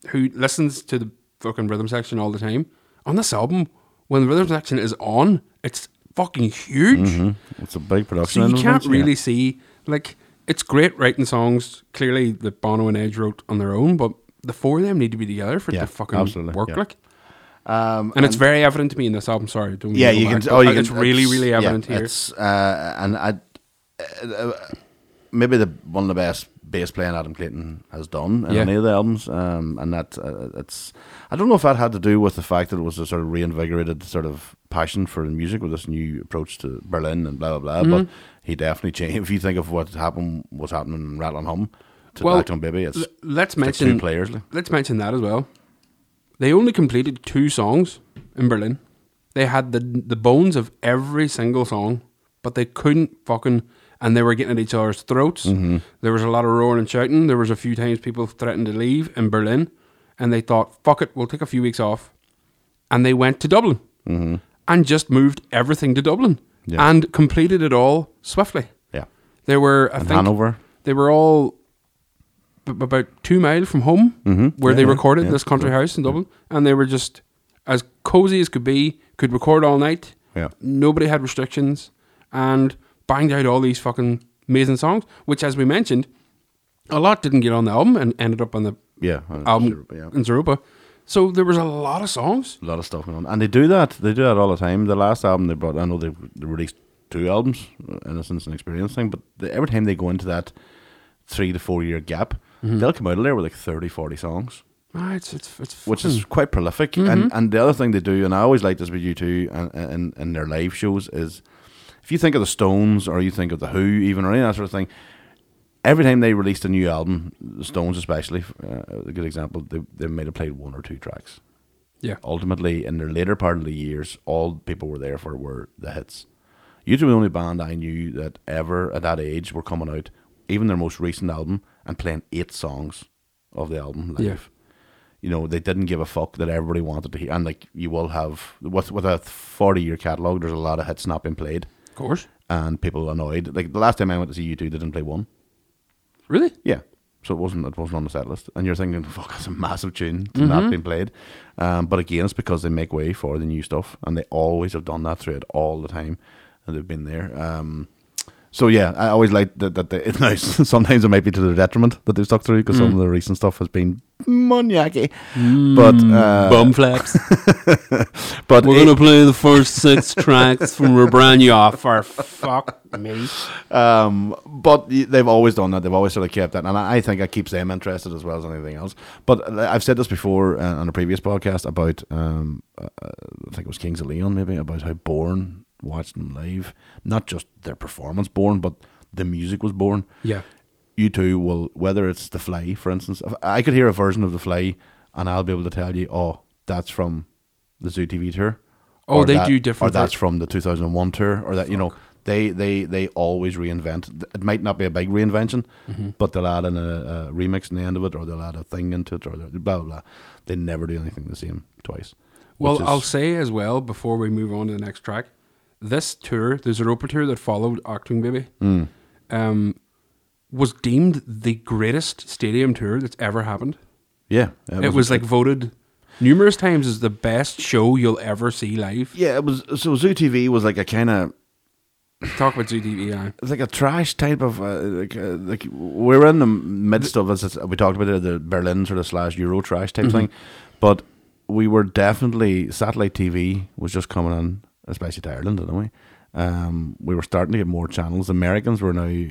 H: who listens to the fucking rhythm section all the time. On this album, when the rhythm section is on, it's fucking huge.
G: Mm-hmm. it's a big production.
H: So you
G: element,
H: can't
G: yeah.
H: really see like it's great writing songs clearly that Bono and Edge wrote on their own, but the four of them need to be together for it
G: Yeah,
H: to fucking
G: absolutely,
H: work.
G: yeah.
H: Like, um, and, it's very evident to me in this album. Sorry, don't mean
G: yeah,
H: to go
G: you can.
H: back,
G: oh,
H: but
G: you can.
H: It's really, really
G: yeah,
H: evident here.
G: It's uh, and I, uh, maybe the one of the best bass playing Adam Clayton has done in
H: Yeah.
G: any of the albums. Um, and that uh, it's. I don't know if that had to do with the fact that it was a sort of reinvigorated sort of passion for the music with this new approach to Berlin and blah blah blah.
H: Mm-hmm.
G: But he definitely changed. If you think of what happened, what's happening in Rattle and Hum to
H: Well,
G: Black on Baby, it's
H: L- let's
G: like
H: mention
G: two players. like.
H: Let's mention that as well. They only completed two songs in Berlin. They had the the bones of every single song, but they couldn't fucking. And they were getting at each other's throats.
G: Mm-hmm.
H: There was a lot of roaring and shouting. There was a few times people threatened to leave in Berlin, and they thought, "Fuck it, we'll take a few weeks off," and they went to Dublin and just moved everything to Dublin
G: Mm-hmm. Yeah.
H: and completed it all swiftly.
G: Yeah,
H: There were, I
G: And
H: think,
G: Hanover.
H: They were all b- b- about two mile from home, where
G: Mm-hmm. Yeah,
H: they
G: yeah,
H: recorded
G: yeah.
H: this country house in Dublin, and they were just as cozy as could be. Could record all night.
G: Yeah.
H: Nobody had restrictions, and banged out all these fucking amazing songs. Which, as we mentioned, a lot didn't get on the album and ended up on the
G: yeah, and
H: album
G: Zerubbabel, yeah.
H: in Zeruba. So there was a lot of songs.
G: a lot of stuff going on, and they do that. They do that all the time. The last album they brought, I know they, they released two albums, uh, Innocence and Experience thing, but the, every time they go into that three to four year gap, they'll come out of there with like 30, 40 songs,
H: Ah, it's it's it's
G: which
H: fucking-
G: is quite prolific. And and the other thing they do, and I always like this with you too, and in in their live shows is, if you think of the Stones or you think of the Who, even or any of that sort of thing. Every time they released a new album, the Stones especially, uh, a good example, they, they might have played one or two tracks
H: yeah.
G: ultimately in their later part of the years, all people were there for were the hits. You two were the only band I knew that ever at that age were coming out, even their most recent album, and playing eight songs of the album live.
H: Yeah.
G: You know, they didn't give a fuck that everybody wanted to hear. And like you will have with with a forty year catalogue, there's a lot of hits not being played
H: Of course.
G: and people annoyed. Like the last time I went to see U two they didn't play one.
H: Really?
G: Yeah. So it wasn't it wasn't on the set list, and you're thinking, "Fuck, that's a massive tune to not being played." Um, but again, it's because they make way for the new stuff, and they always have done that through it all the time, and they've been there. Um, so yeah, I always like that. That they, now, sometimes it might be to their detriment that they've stuck through because some of the recent stuff has been maniacy. But uh,
H: Bum flaps.
G: but
H: We're
G: it-
H: gonna play the first six tracks from Rebrania for fuck me.
G: Um, but y- they've always done that. They've always sort of kept that, and I I think it keeps them interested as well as anything else. But uh, I've said this before uh, on a previous podcast about, um, uh, uh, I think it was Kings of Leon, maybe about how Born watched them live. Not just their performance, Born, but the music was Born.
H: Yeah.
G: You two will, whether it's The Fly, for instance, if I could hear a version of The Fly, and I'll be able to tell you, oh, that's from the Zoo TV tour.
H: Oh,
G: or
H: they
G: that-
H: do different
G: Or that's
H: ver-
G: from the 2001 tour, or that you know they they they always reinvent. It might not be a big reinvention,
H: Mm-hmm.
G: but they'll add in a, a remix in the end of it, or they'll add a thing into it, or they'll- blah blah. blah. They never do anything the same twice.
H: Well,
G: which is-
H: I'll say as well before we move on to the next track, this tour, the Zeropa tour that followed Octung Baby,
G: Hmm.
H: um, was deemed the greatest stadium tour that's ever happened.
G: yeah,
H: It was like voted numerous times as the best show you'll ever see live.
G: yeah, it was. So Zoo TV was like a kind of
H: Talk about ZTV. yeah.
G: it's like a trash type of uh, like, uh, like we're in the midst of as I said- we talked about it, the Berlin sort of slash Euro trash type thing, but we were definitely satellite TV was just coming in, especially to Ireland, didn't we? Um, we were starting to get more channels. Americans were now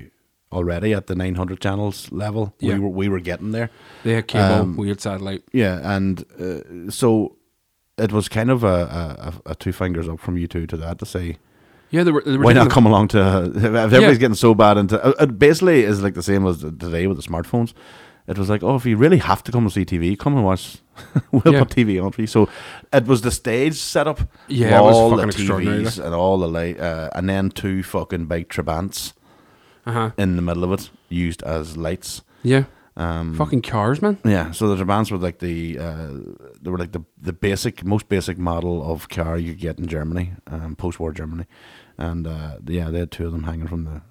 G: already at the 900 channels level.
H: Yeah.
G: We were we were getting there.
H: They had cable,
G: Um,
H: we had satellite.
G: Yeah, and uh, so it was kind of a, a, a- a two fingers up from you two to that to say
H: Yeah, they were. They were
G: why
H: doing
G: not
H: the-
G: come along to if everybody's getting so bad into uh, it basically is like the same as today with the smartphones it was like oh if you really have to come and see tv come and watch we'll
H: Yeah.
G: put tv on for you so it was the stage setup
H: Yeah,
G: with
H: it was
G: all
H: fucking
G: the
H: extraordinary,
G: tvs and all the light uh, and then two fucking big trabants
H: Uh-huh.
G: in the middle of it used as lights
H: Yeah.
G: um
H: Fucking cars, man.
G: yeah, so the Trabants were like the uh, they were like the the basic, most basic model of car you could get in Germany, um, post-war Germany, and uh, yeah, they had two of them hanging from the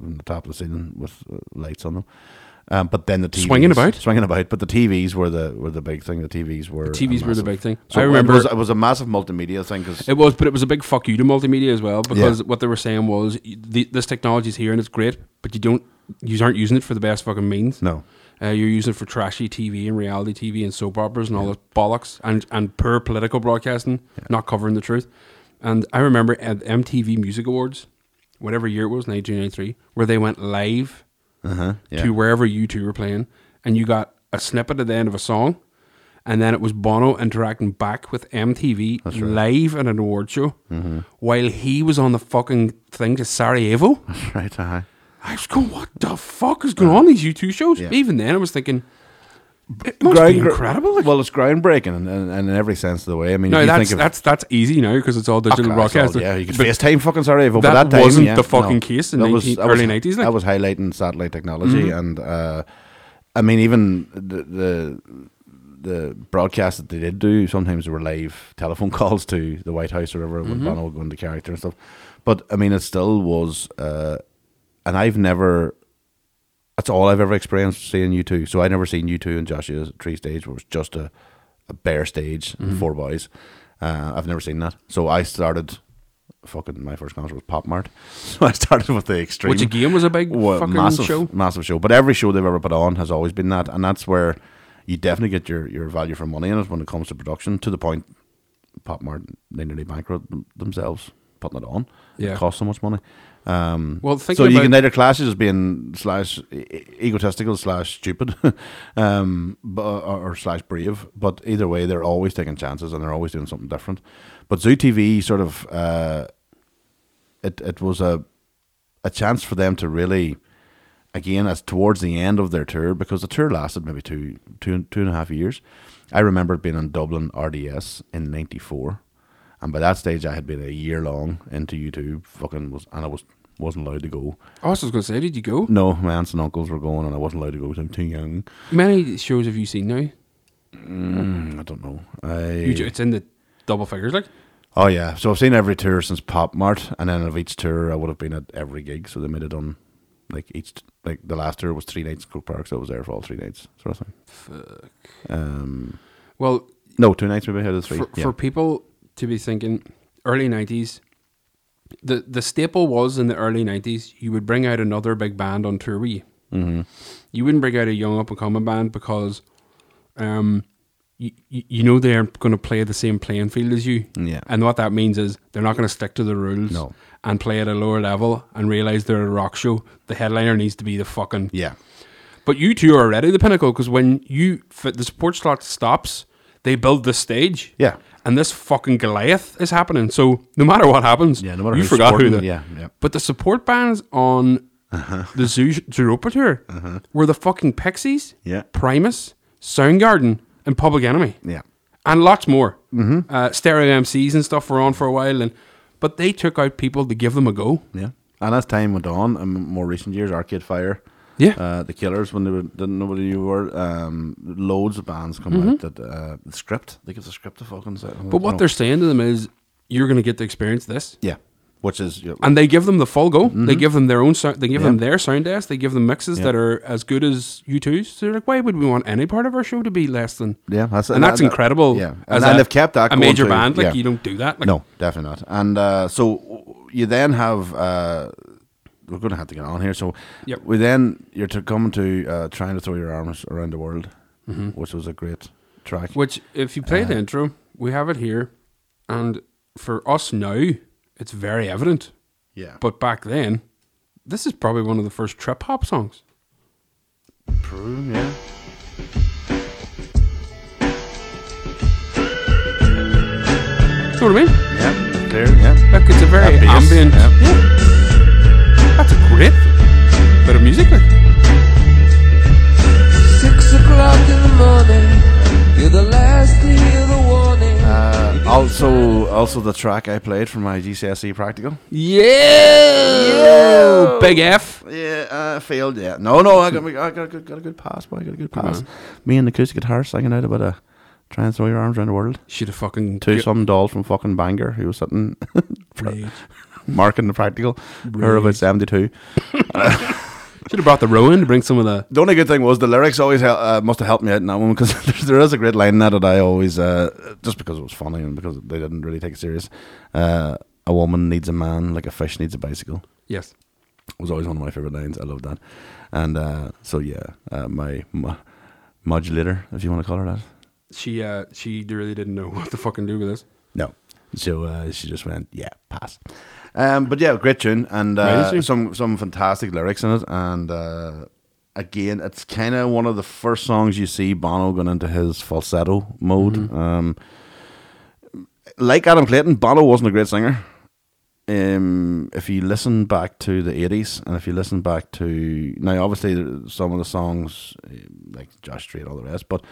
G: from the top of the ceiling with uh, lights on them. Um, but then the TVs,
H: Swinging about?
G: swinging about. But the TVs were the were the big thing. The TVs were a
H: TVs were the
G: massive-
H: big thing.
G: So
H: I remember
G: it was, it was a massive multimedia thing because
H: It was, but it was a big fuck you to multimedia as well because what they were saying was y- the, this technology is here and it's great, but you don't, you aren't using it for the best fucking means.
G: no,
H: Uh, you're using it for trashy TV and reality TV and soap operas and all this bollocks and, and poor political broadcasting, not covering the truth. And I remember at MTV Music Awards, whatever year it was, 1993, where they went live
G: yeah.
H: to wherever you two were playing, and you got a snippet at the end of a song, and then it was Bono interacting back with MTV live at an award show
G: Mm-hmm.
H: while he was on the fucking thing to Sarajevo.
G: right, uh-huh.
H: I was going, what the fuck is going on these U two shows?
G: Yeah.
H: Even then, I was thinking, it must
G: Ground-
H: be incredible. Like,
G: well, it's groundbreaking, and, and, and in every sense of the way. I mean, if
H: no,
G: you
H: that's
G: think of,
H: that's that's easy now because it's all
G: Fuck,
H: digital
G: I saw-
H: broadcast.
G: Yeah, you could
H: But
G: FaceTime fucking Sarajevo.
H: that
G: but that time,
H: wasn't
G: yeah,
H: the fucking case in 19 early 90s, like. Mm-hmm.
G: That was highlighting satellite technology, and uh, I mean, even the, the the broadcasts that they did do sometimes were live telephone calls to the White House or whatever
H: Mm-hmm.
G: when Bono would go into character and stuff. But I mean, it still was, uh, and I've never. That's all I've ever experienced seeing you two. So I never seen you two and Joshua's Tree Stage, where it was just a, a bare stage and
H: Mm-hmm.
G: four boys. Uh, I've never seen that. So I started. Fucking my first concert was Pop Mart, so I started with the extreme,
H: Which again was a big
G: Well,
H: fucking
G: massive,
H: show.
G: massive show. But every show they've ever put on has always been that, and that's where you definitely get your, your value for money in it when it comes to production. To the point, Pop Mart they nearly bankrupt them- themselves putting it on.
H: Yeah.
G: it costs so much money. Um,
H: Well, thinking
G: so you
H: about-
G: can either class it as being slash e- e- egotistical slash stupid, um, bu- or, or slash brave. But either way, they're always taking chances and they're always doing something different. But Zoo TV sort of uh, it it was a a chance for them to really again as towards the end of their tour because the tour lasted maybe two two two and a half years. I remember it being in Dublin RDS in '94, and by that stage I had been a year long into YouTube fucking was and I was wasn't allowed to go.
H: Oh, I was going to say, did you go?
G: No, my aunts and uncles were going, and I wasn't allowed to go because I'm too young.
H: Many shows have you seen now?
G: Mm, I don't know. I
H: You ju- it's in the double figures, like.
G: Oh yeah, so I've seen every tour since Pop Mart, and then of each tour I would have been at every gig. So they made it on like each like the last tour was three nights in Crook Park, so I was there for all three nights sort of thing. Fuck. Um,
H: Well,
G: no, two nights maybe out of the three.
H: for,
G: yeah.
H: for people to be thinking early 90s the the staple was in the early 90s you would bring out another big band on tour with you
G: Mm-hmm.
H: you wouldn't bring out a young up and coming band because um you, you know they're going to play the same playing field as you
G: Yeah.
H: and what that means is they're not going to stick to the rules
G: No.
H: and play at a lower level and realize they're a rock show the headliner needs to be the fucking
G: yeah,
H: but you two are already the pinnacle because when you fit the support slot stops, they build the stage.
G: Yeah.
H: And this fucking Goliath is happening. So no matter what happens,
G: Yeah, no matter
H: you
G: who's
H: forgot who
G: supporting,
H: the
G: yeah, Uh-huh. yeah.
H: But the support bands on the Zoo Europa tour were the fucking Pixies,
G: Uh-huh. Yeah.
H: Primus, Soundgarden, and Public Enemy,
G: yeah,
H: and lots more. Mm-hmm. Uh, stereo MCs and stuff were on for a while, and but they took out people to give them a go.
G: yeah. And as time went on, and more recent years, Arcade Fire,
H: Yeah.
G: uh, the Killers when they were, didn't know who you were. Um, loads of bands come out that uh, the script. They give the script to fucking.
H: Mm-hmm. but
G: Oh.
H: what they're saying to them is, you're going to get to experience this.
G: yeah, which is you know,
H: and they give them the full go. They give them their own sound. They give
G: Mm-hmm. Yeah.
H: them their sound desk. They give them mixes
G: Yeah.
H: that are as good as you two's. So they're like, why would we want any part of our show to be less than?
G: Yeah, that's-
H: and that's
G: and that-
H: incredible.
G: yeah. And- and they've kept that
H: a
G: going
H: major
G: through,
H: band. Like
G: yeah.
H: you don't do that. Like,
G: no, definitely not. And uh, so you then have uh, we're going to have to get on here. So
H: Yep.
G: we then you're to coming to uh, trying to throw your arms around the world,
H: Mm-hmm.
G: which was a great track.
H: Which, if you
G: Uh-huh.
H: play the intro, we have it here, and for us now, it's very evident.
G: yeah,
H: But back then, this is probably one of the first trip hop songs.
G: Peru, yeah,
H: You know what I mean?
G: yeah, there, yeah.
H: Like it's a very
G: That bass,
H: ambient.
G: yeah.
H: Yeah. That's a great bit of music. Like.
F: Six o'clock in the morning, you're the last to hear the warning.
G: Uh, also, also the track I played for my GCSE E practical.
H: Yeah. Big F.
G: Yeah, I failed. Yeah, no, no, I got, I got, a good, got a good pass, boy. I got a good pass. Me and the acoustic guitar singing out about a trying to throw your arms around the world.
H: Should have fucking
G: to
H: Yeah.
G: some doll from fucking Bangor who was sitting
H: Rage.
G: marking the practical. Her about seventy two.
H: Should have brought the row in to bring some of the.
G: The only good thing was the lyrics always hel- uh, must have helped me out in that one because there is a great line in that that I always uh, just because it was funny and because they didn't really take it serious. Uh, a woman needs a man like a fish needs a bicycle
H: Yes.
G: was always one of my favorite lines. I love that, and uh, so yeah, uh, my mo- modulator, if you want to call her that.
H: She uh, she really didn't know what to fucking do with this.
G: No, so uh, she just went, yeah, pass. Um, but yeah, great tune and
H: Right, is
G: uh,
H: she?
G: some some fantastic lyrics in it. And uh, again, it's kind of one of the first songs you see Bono going into his falsetto mode. Um, like Adam Clayton, Bono wasn't a great singer. Um, if you listen back to the eighties, and if you listen back to now, obviously there- some of the songs eh, like Josh Tree and all the rest, but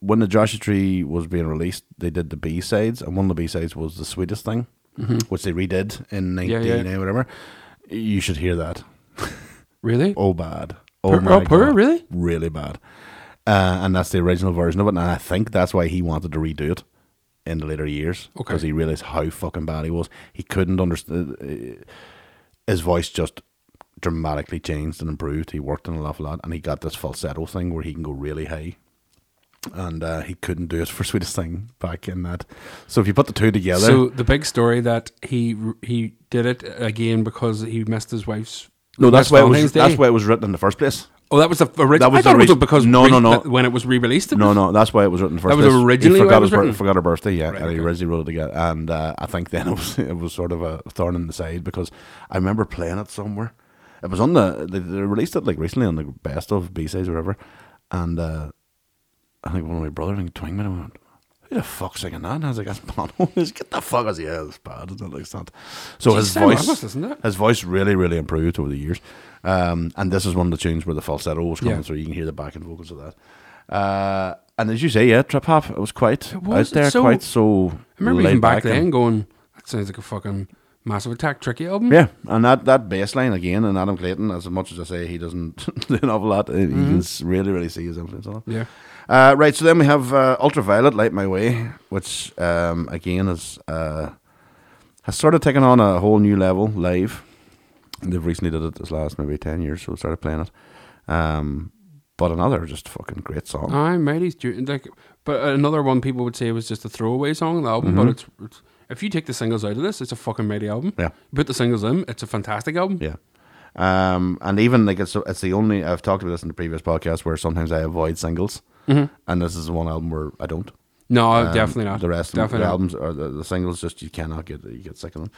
G: when the Joshua Tree was being released, they did the B sides, and one of the B sides was the sweetest thing, which they redid in
H: Mm-hmm. Yeah,
G: nineteen
H: yeah.
G: eh, whatever. You should hear that.
H: Really?
G: Oh bad. Oh
H: Per-
G: my
H: oh, per-
G: God.
H: really?
G: really bad. Uh, and that's the original version of it, and I think that's why he wanted to redo it in the later years
H: Okay.
G: because he realized how fucking bad he was. He couldn't understand. His voice just dramatically changed and improved. He worked on an awful lot, and he got this falsetto thing where he can go really high. And uh, he couldn't do it for sweetest thing back in that. So if you put the two together,
H: So the big story that he he did it again because he missed his wife's.
G: no, that's
H: missed
G: why it was.
H: Valentine's Day.
G: That's why it was written in the first place.
H: Oh, that was the original.
G: That was
H: I thought
G: the
H: it was
G: orig-
H: because
G: No, no, no.
H: that- When it was re-released, it
G: No,
H: was-
G: no, that's why it was written in the first.
H: That was
G: place. He
H: originally why it
G: forgot
H: was
G: his bir-
H: written?
G: forgot her birthday, yeah,
H: Right,
G: and he
H: okay.
G: originally wrote it again. And uh, I think then it was it was sort of a thorn in the side because I remember playing it somewhere. It was on the they, they released it like recently on the best of B sides or whatever, and uh, I think one of my brother I think twanged me and I went. Who the fuck's singing that? And I was like, that's Bono. He's get the fuck as he is. It's bad. It's not like that. So
H: Jeez,
G: his
H: Sam
G: voice,
H: Ramos, isn't it?
G: his voice really, really improved over the years. Um, and this is one of the tunes where the falsetto was coming
H: Yeah.
G: through. You can hear the backing vocals of that. Uh, and as you say, yeah, trip hop. It was quite
H: was,
G: out there,
H: it's so-
G: quite so.
H: I remember
G: laid
H: even back,
G: and-
H: then going, "That sounds like a fucking massive attack, tricky album."
G: yeah, and that that bass line again, and Adam Clayton. As much as I say he doesn't do an awful lot, you can s- really, really see his influence on it.
H: yeah.
G: Uh, right, so then we have uh, Ultraviolet, Light My Way, which um, again is uh, has sort of taken on a whole new level live. They've recently did it this last maybe ten years, so we started playing it. Um, but another just fucking great song.
H: I mighty stupid. Like, but another one people would say was just a throwaway song on the album. But it's,
G: Mm-hmm.
H: it's if you take the singles out of this, it's a fucking mighty album.
G: Yeah.
H: You put the singles in, it's a fantastic album.
G: Yeah. Um, and even like it's it's the only I've talked about this in the previous podcast where sometimes I avoid singles, and this is the one album where I don't.
H: No,
G: Um,
H: Mm-hmm. definitely not.
G: The rest of
H: definitely
G: the
H: not.
G: albums or the, the singles just you cannot get you get sick of them.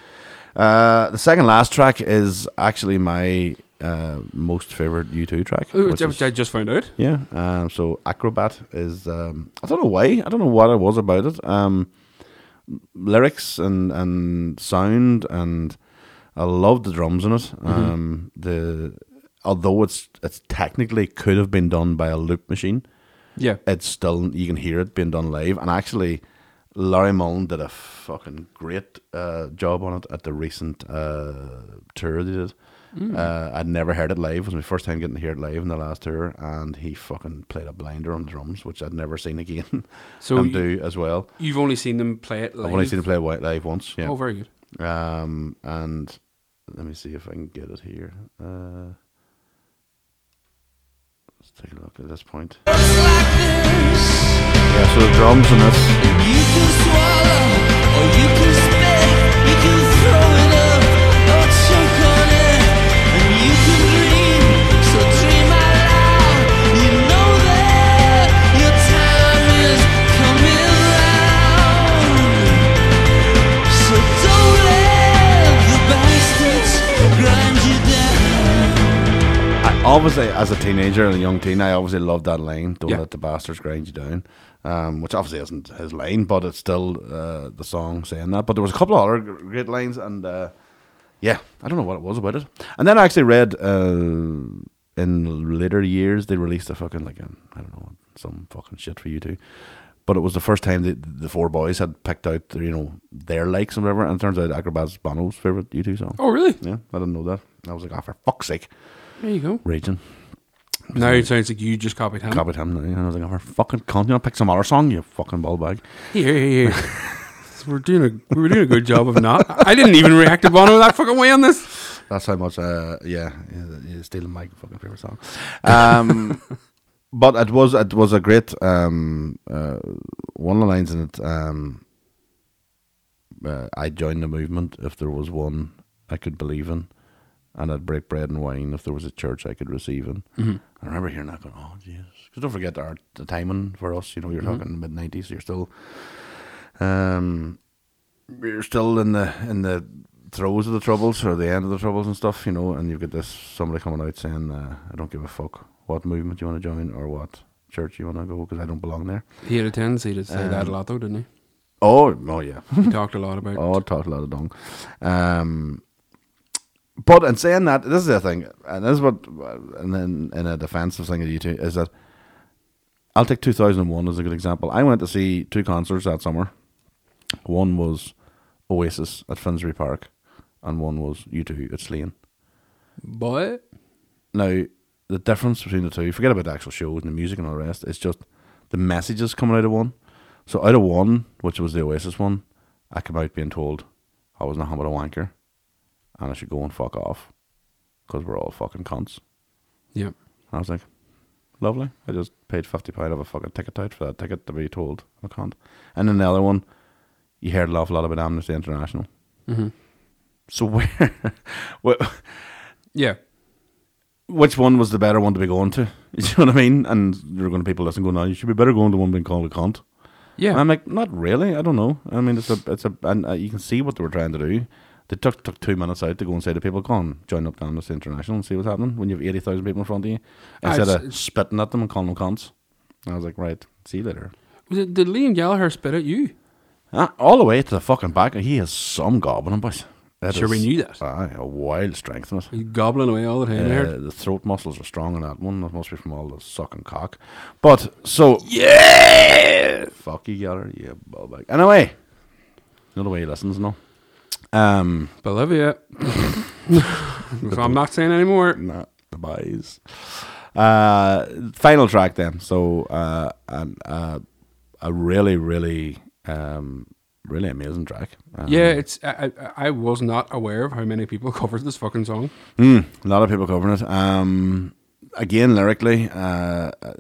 G: Uh, the second last track is actually my uh, most favorite U2 track.
H: Ooh,
G: which
H: which
G: is-
H: I just found out.
G: yeah. Um, so Acrobat is um, I don't know why I don't know what it was about it. Um, lyrics and and sound and I love the drums in it. Um, the although it's it's technically could have been done by a loop machine
H: Yeah.
G: it's still you can hear it being done live. And actually, Larry Mullen did a fucking great uh, job on it at the recent uh, tour they did. Uh, I'd never heard it live. It was my first time getting to hear it live in the last tour, and he fucking played a blinder on drums, which I'd never seen again.
H: So
G: and
H: you-
G: do as well.
H: You've only seen them play it live.
G: I've only seen him play white live once. Yeah.
H: Oh, very good.
G: Um, and let me see if I can get it here. Uh, let's take a look at this point. Yeah, so the drums in this. I obviously, as a teenager and a young teen, I obviously loved that line. Don't
H: Yeah.
G: let the bastards grind you down. Um, which obviously isn't his line, but it's still uh, the song saying that. But there was a couple of other gr- great lines, and uh, yeah, I don't know what it was about it. And then I actually read uh, in later years they released a fucking like um, I don't know some fucking shit for you two. But it was the first time that the four boys had picked out their, you know their likes and whatever, and it turns out Acrobat's Bono's favorite U two song.
H: Oh, really?
G: Yeah, I didn't know that. I was like, oh, for fuck's sake,
H: There you go.
G: raging.
H: Now it sounds like you just copied him.
G: Copied him now. And I was like, oh, for fucking cunt, you know, pick some other song, you fucking ball bag.
H: Here, here, here. So we're doing a we're doing a good job of not. I didn't even react to Bono that fucking way on this.
G: That's how much. Uh, yeah, you- you stealing my fucking favorite song. Um, but it was it was a great um, uh, one of the lines in it. Um, uh, I joined the movement if there was one I could believe in, and I'd break bread and wine if there was a church I could receive in. I remember hearing that going, oh jeez, because don't forget our the timing for us. You know, you're talking mid nineties. You're still, um, you're still in the in the throes of the troubles or the end of the troubles and stuff. You know, and you've got this somebody coming out saying, uh, I don't give a fuck what movement you want to join or what church you want to go because I don't belong there.
H: He had a tendency to say
G: Um,
H: that a lot, though, didn't
G: Oh, oh yeah.
H: he? He talked a lot about.
G: Oh, it talked a lot of dung. Um, but in saying that, this is the thing, and this is what, and then in a defensive thing of you two, is that I'll take 2001 as a good example. I went to see two concerts that summer. One was Oasis at Finsbury Park, and one was U2 at Slane.
H: But
G: Now, the difference between the two, forget about the actual shows and the music and all the rest, it's just the messages coming out of one. So out of one, which was the Oasis one, I came out being told I was nothing but a wanker and I should go and fuck off because we're all fucking cunts.
H: yeah,
G: I was like, lovely. I just paid fifty pound of a fucking ticket out for that ticket to be told I can't. And then the other one, you heard an awful lot about Amnesty International. So where, where,
H: yeah,
G: which one was the better one to be going to? You know what I mean? And there are going to people listen going, "No, you should be better going to one being called a cunt."
H: yeah.
G: And I'm like, not really. I don't know. I mean, it's a, it's a, and uh, you can see what they were trying to do. They took took two minutes out to go and say to people, "Go on, join up to Amnesty International and see what's happening." When you have eighty thousand people in front of you,
H: Ah,
G: instead
H: it's-
G: of spitting at them and calling them cunts, I was like, "Right, see you later."
H: Was it, did er Liam Gallagher spit at you?
G: Ah, all the way to the fucking back, he has some goblin, boys. That
H: Sure, we
G: is-
H: knew that.
G: Aye, a wild strength in it.
H: He's gobbling away all the time. I
G: Uh,
H: heard.
G: the throat muscles are strong in that one. That must be from all the sucking cock. But so yeah, fuck you, Geller, you ballbag. Anyway, another way he listens now. Um,
H: Bolivia. so I'm not saying anymore.
G: nah, the boys. Uh, final track then. So uh, and uh, a really, really, um, really amazing track. Um,
H: Yeah, it's I, I I was not aware of how many people covered this fucking song.
G: Mm, a lot of people covering it. Um, again, lyrically, uh, uh,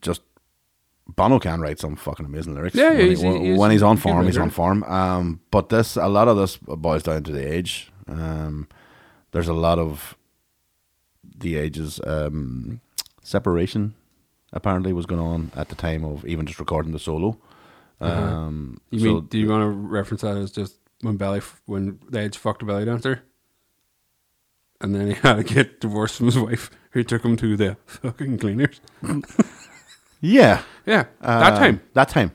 G: just Bono can write some fucking amazing lyrics.
H: Yeah, yeah,
G: when,
H: he's-
G: he, when-
H: he's-
G: when he's on
H: he's a good
G: form, he's
H: writer.
G: on form. Um, but this, a lot of this boils down to the age. Um, there's a lot of the ages um, separation. Apparently, was going on at the time of even just recording the solo. Um,
H: Uh-huh. You
G: so-
H: mean do you want to reference that as just when belly f- when they had fucked a belly dancer, and then he had to get divorced from his wife, who took him to the fucking cleaners.
G: yeah,
H: Yeah, that
G: uh,
H: time.
G: that time,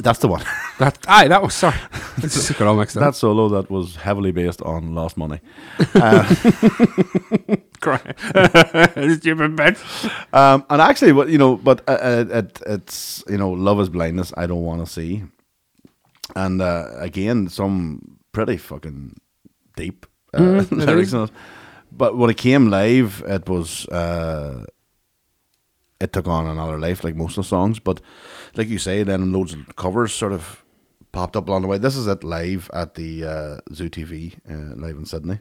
G: that's the one.
H: That aye, that was sorry. This is got all mixed
G: That
H: up.
G: solo that was heavily based on Lost Money.
H: crying. Stupid bitch.
G: Um, and actually, what you know, but uh, uh, it, it's you know, love is blindness. I don't want to see. And uh, again, some pretty fucking deep uh,
H: Mm-hmm. it
G: lyrics
H: is.
G: in it. But when it came live, it was uh, it took on another life, like most of the songs. But like you say, then loads of covers sort of popped up along the way. This is it live at the uh, Zoo TV, uh, live in Sydney.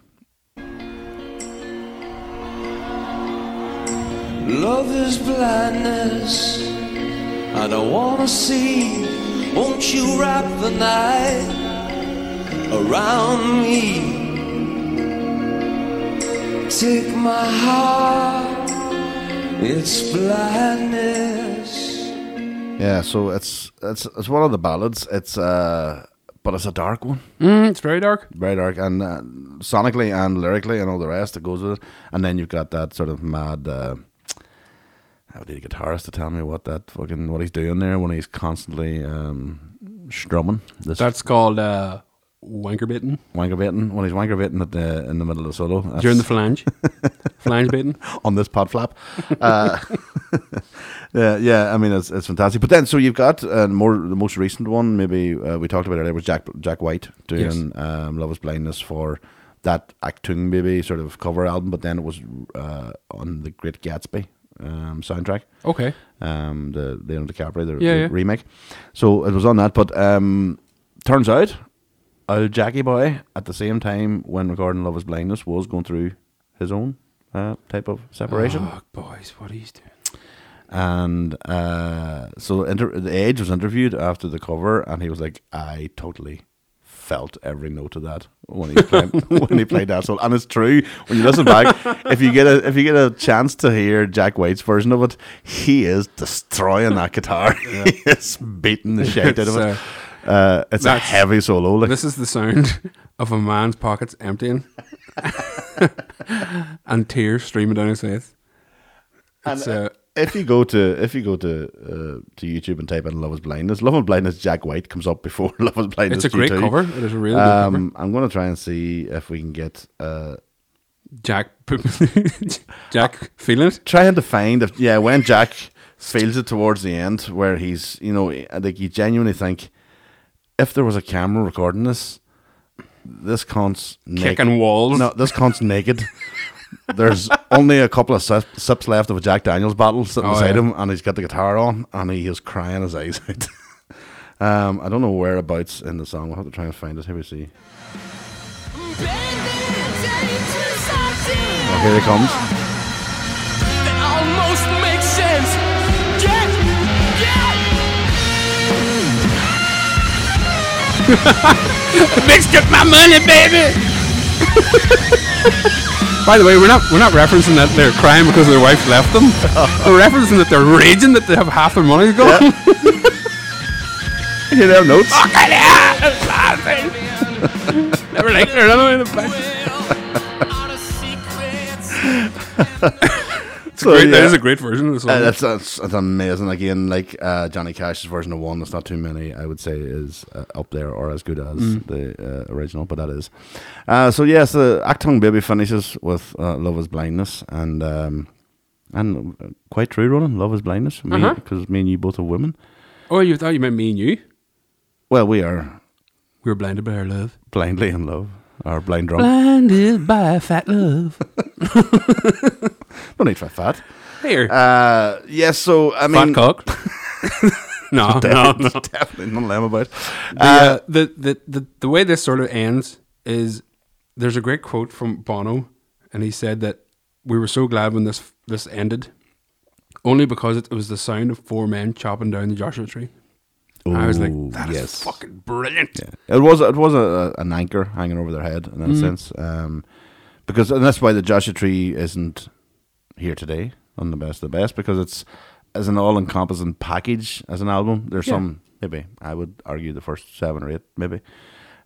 J: Love is blindness. I don't wanna see. Won't you wrap the night around me? Take my heart. It's blindness.
G: Yeah, so it's it's it's one of the ballads. It's uh, but it's a dark one,
H: Mm, it's very dark.
G: very dark, and uh, sonically and lyrically and all the rest that goes with it. And then you've got that sort of mad. Uh, I would need a guitarist to tell me what that fucking what he's doing there when he's constantly um, strumming this
H: That's called uh, wanker bitten
G: wanker baiting when he's wanker baiting at the in the middle of the solo That's-
H: during the flange, flange bitten.
G: on this pod flap. Uh, yeah, yeah. I mean, it's, it's fantastic. But then, so you've got uh, more the most recent one. Maybe uh, we talked about earlier was Jack Jack White doing um, "Love Is Blindness" for that Actung Baby sort of cover album. But then it was uh, on the Great Gatsby um, soundtrack
H: Okay,
G: um, the Leonardo DiCaprio the,
H: Yeah,
G: the
H: yeah.
G: remake. So it was on that, but um, turns out Old Jackie Boy, at the same time when recording Love Is Blindness, was going through his own uh, type of separation.
H: Oh, boys, what he's doing.
G: And uh, so inter- the Edge was interviewed after the cover, and he was like, "I totally felt every note of that when he played, when he played that song." And it's true when you listen back. if you get a if you get a chance to hear Jack White's version of it, he is destroying that guitar. he is beating the shit out of it.
H: It's,
G: Uh, it's a
H: that's-
G: heavy solo. Like,
H: This is the sound of a man's pockets emptying and tears streaming down his face. It's, uh,
G: if you go to if you go to uh, to YouTube and type in "Love Is Blindness," "Love and Blindness" Jack White comes up before "Love Is Blindness."
H: it's a great
G: G2.
H: cover. It is a really good cover.
G: Um, I'm going to try and see if we can get uh,
H: Jack, Jack, feeling it?
G: trying to find if yeah when Jack feels it towards the end where he's you know like you genuinely think if there was a camera recording this this cunt's naked.
H: Kicking walls.
G: No, this cunt's naked. There's only a couple of sip- sips left of a Jack Daniels bottle sitting
H: Oh,
G: beside
H: yeah.
G: him, and he's got the guitar on, and he is crying his eyes out. um, I don't know whereabouts in the song. We'll have to try and find it. Here we see. Oh, here he comes.
J: almost makes sense. Get, get.
H: Bitch, get my money, baby. By the way, we're not we're not referencing that they're crying because their wife left them. we're referencing that they're raging that they have half their money gone.
G: You know, notes.
H: Never liked her. I don't know.
G: It's
H: Great, That is a great version of the song.
G: Uh, that's, that's that's amazing. Again, like uh, Johnny Cash's version of one, that's not too many. I would say is uh, up there or as good as
H: Mm.
G: the uh, original, but that is. Uh, so yes, the uh, Actung Baby finishes with uh, "Love Is Blindness" and um, and uh, quite true, Ronan. Love is blindness because me,
H: Uh-huh.
G: 'cause me and you both are women.
H: oh, you thought you meant me and you?
G: Well, we are
H: We were blinded by our love.
G: blindly in love or blind drunk.
H: Blinded by fat love.
G: No need for that.
H: Here,
G: Uh, yes, so I
H: fat
G: mean,
H: cock. no, no, no.
G: definitely none of them about.
H: the,
G: Uh,
H: uh, the, the, the, the way this sort of ends is there's a great quote from Bono, and he said that we were so glad when this this ended, only because it was the sound of four men chopping down the Joshua tree. I was like,
G: Ooh,
H: that is
G: yes.
H: fucking brilliant.
G: It was it was a, a, an anchor hanging over their head in that sense, um, because and that's why the Joshua Tree isn't here today on the best of the best because it's as an all encompassing package as an album. There's some maybe I would argue the first seven or eight maybe,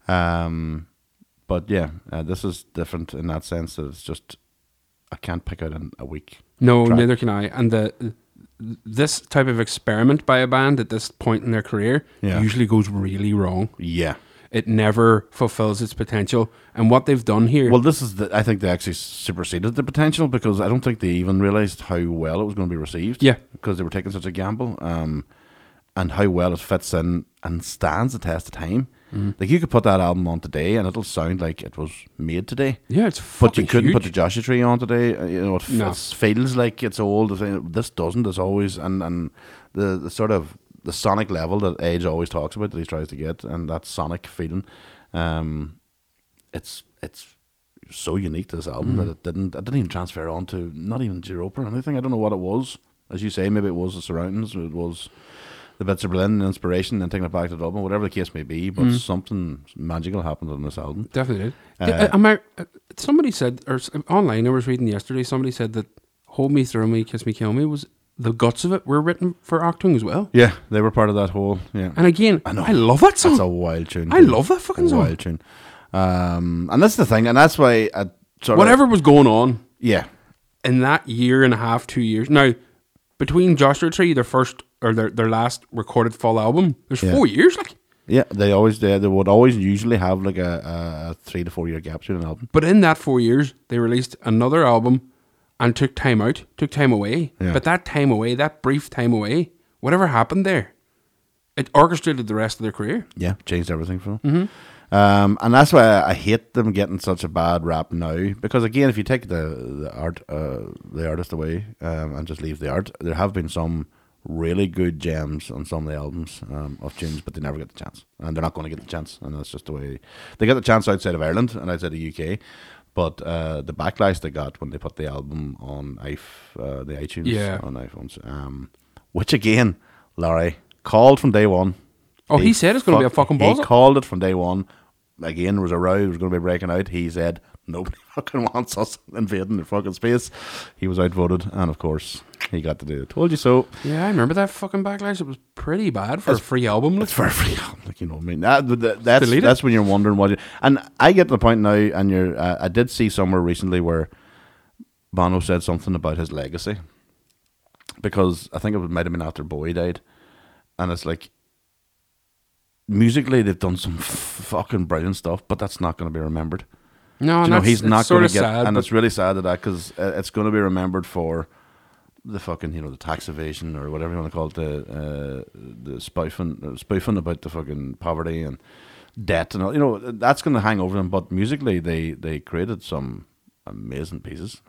G: um, but yeah, uh, this is different in that sense. That it's just I can't pick out in a week.
H: No,
G: track.
H: neither can I. And the this type of experiment by a band at this point in their career
G: Yeah.
H: usually goes really wrong.
G: Yeah.
H: It never fulfills its potential. And what they've done here,
G: Well, this is the. I think they actually superseded the potential because I don't think they even realized how well it was going to be received.
H: Yeah.
G: because they were taking such a gamble, um, and how well it fits in and stands the test of time.
H: Mm-hmm.
G: Like you could put that album on today, and it'll sound like it was made today.
H: yeah, it's
G: But
H: fucking
G: you couldn't put the
H: huge.
G: Joshua Tree on today. Uh, You know, it, f-
H: No.
G: it feels like it's old. It's, uh, This doesn't. It's always and and the, the sort of the sonic level that Edge always talks about that he tries to get, and that sonic feeling, um, it's it's so unique to this album
H: Mm.
G: that it didn't it didn't even transfer on to not even Europa or anything. I don't know what it was. As you say, maybe it was the surroundings. It was the bits of Berlin and inspiration, and taking it back to Dublin, whatever the case may be. But
H: Mm.
G: something magical happened on this album.
H: Definitely.
G: Uh,
H: Uh, Am I, uh, somebody said, or s- online, I was reading yesterday, somebody said that Hold Me, Throw Me, Kiss Me, Kill Me was the guts of it were written for Octung as well.
G: Yeah, they were part of that whole. Yeah,
H: And again, I,
G: know.
H: love that song.
G: That's a wild tune.
H: I
G: too.
H: love that fucking
G: A
H: song.
G: Wild tune. Um, and that's the thing, and that's why I sort
H: Whatever
G: Of,
H: was going on
G: yeah,
H: in that year and a half, two years. Now, between Joshua Tree, their first or their, their last recorded full album, there's
G: Yeah.
H: four years. Like,
G: yeah. They always they, they would always usually have like a, a three to four year gap between an album.
H: But in that four years, they released another album and took time out, took time away.
G: Yeah.
H: But that time away, that brief time away, whatever happened there, it orchestrated the rest of their career.
G: Yeah, changed everything for them. Um, and that's why I, I hate them getting such a bad rap now. Because again, if you take the the art uh, the artist away um, and just leave the art, there have been some really good gems on some of the albums um, of tunes, but they never get the chance, and they're not going to get the chance, and that's just the way they get the chance outside of Ireland and outside the UK. But uh, the backlash they got when they put the album on if uh, the iTunes
H: Yeah.
G: on iPhones, um, which again, Larry called from day one.
H: Oh, he said it's gonna be a fucking
G: He
H: baller.
G: called it from day one. Again, there was a row. It was going to be breaking out. He said nobody fucking wants us invading the fucking space. He was outvoted, and of course, he got to do it. Told you so.
H: Yeah, I remember that fucking backlash. It was pretty bad for a free album. Like,
G: It's very free. Like you know, what I mean, that, that- that's
H: Delete it.
G: that's when you're wondering what. You, and I get to the point now, and you're. Uh, I did see somewhere recently where Bono said something about his legacy, because I think it might have been after Bowie died, and it's like musically they've done some f- fucking brilliant stuff, but that's not going to be remembered.
H: no, and
G: Do you know,
H: that's-
G: he's
H: it's
G: not
H: sort
G: going
H: of
G: to get,
H: sad,
G: and
H: but-
G: it's really sad that that because it's going to be remembered for the fucking you know the tax evasion or whatever you want to call it, the uh, the spoofing uh, spoofing about the fucking poverty and debt and all. You know that's going to hang over them. But musically, they they created some amazing pieces.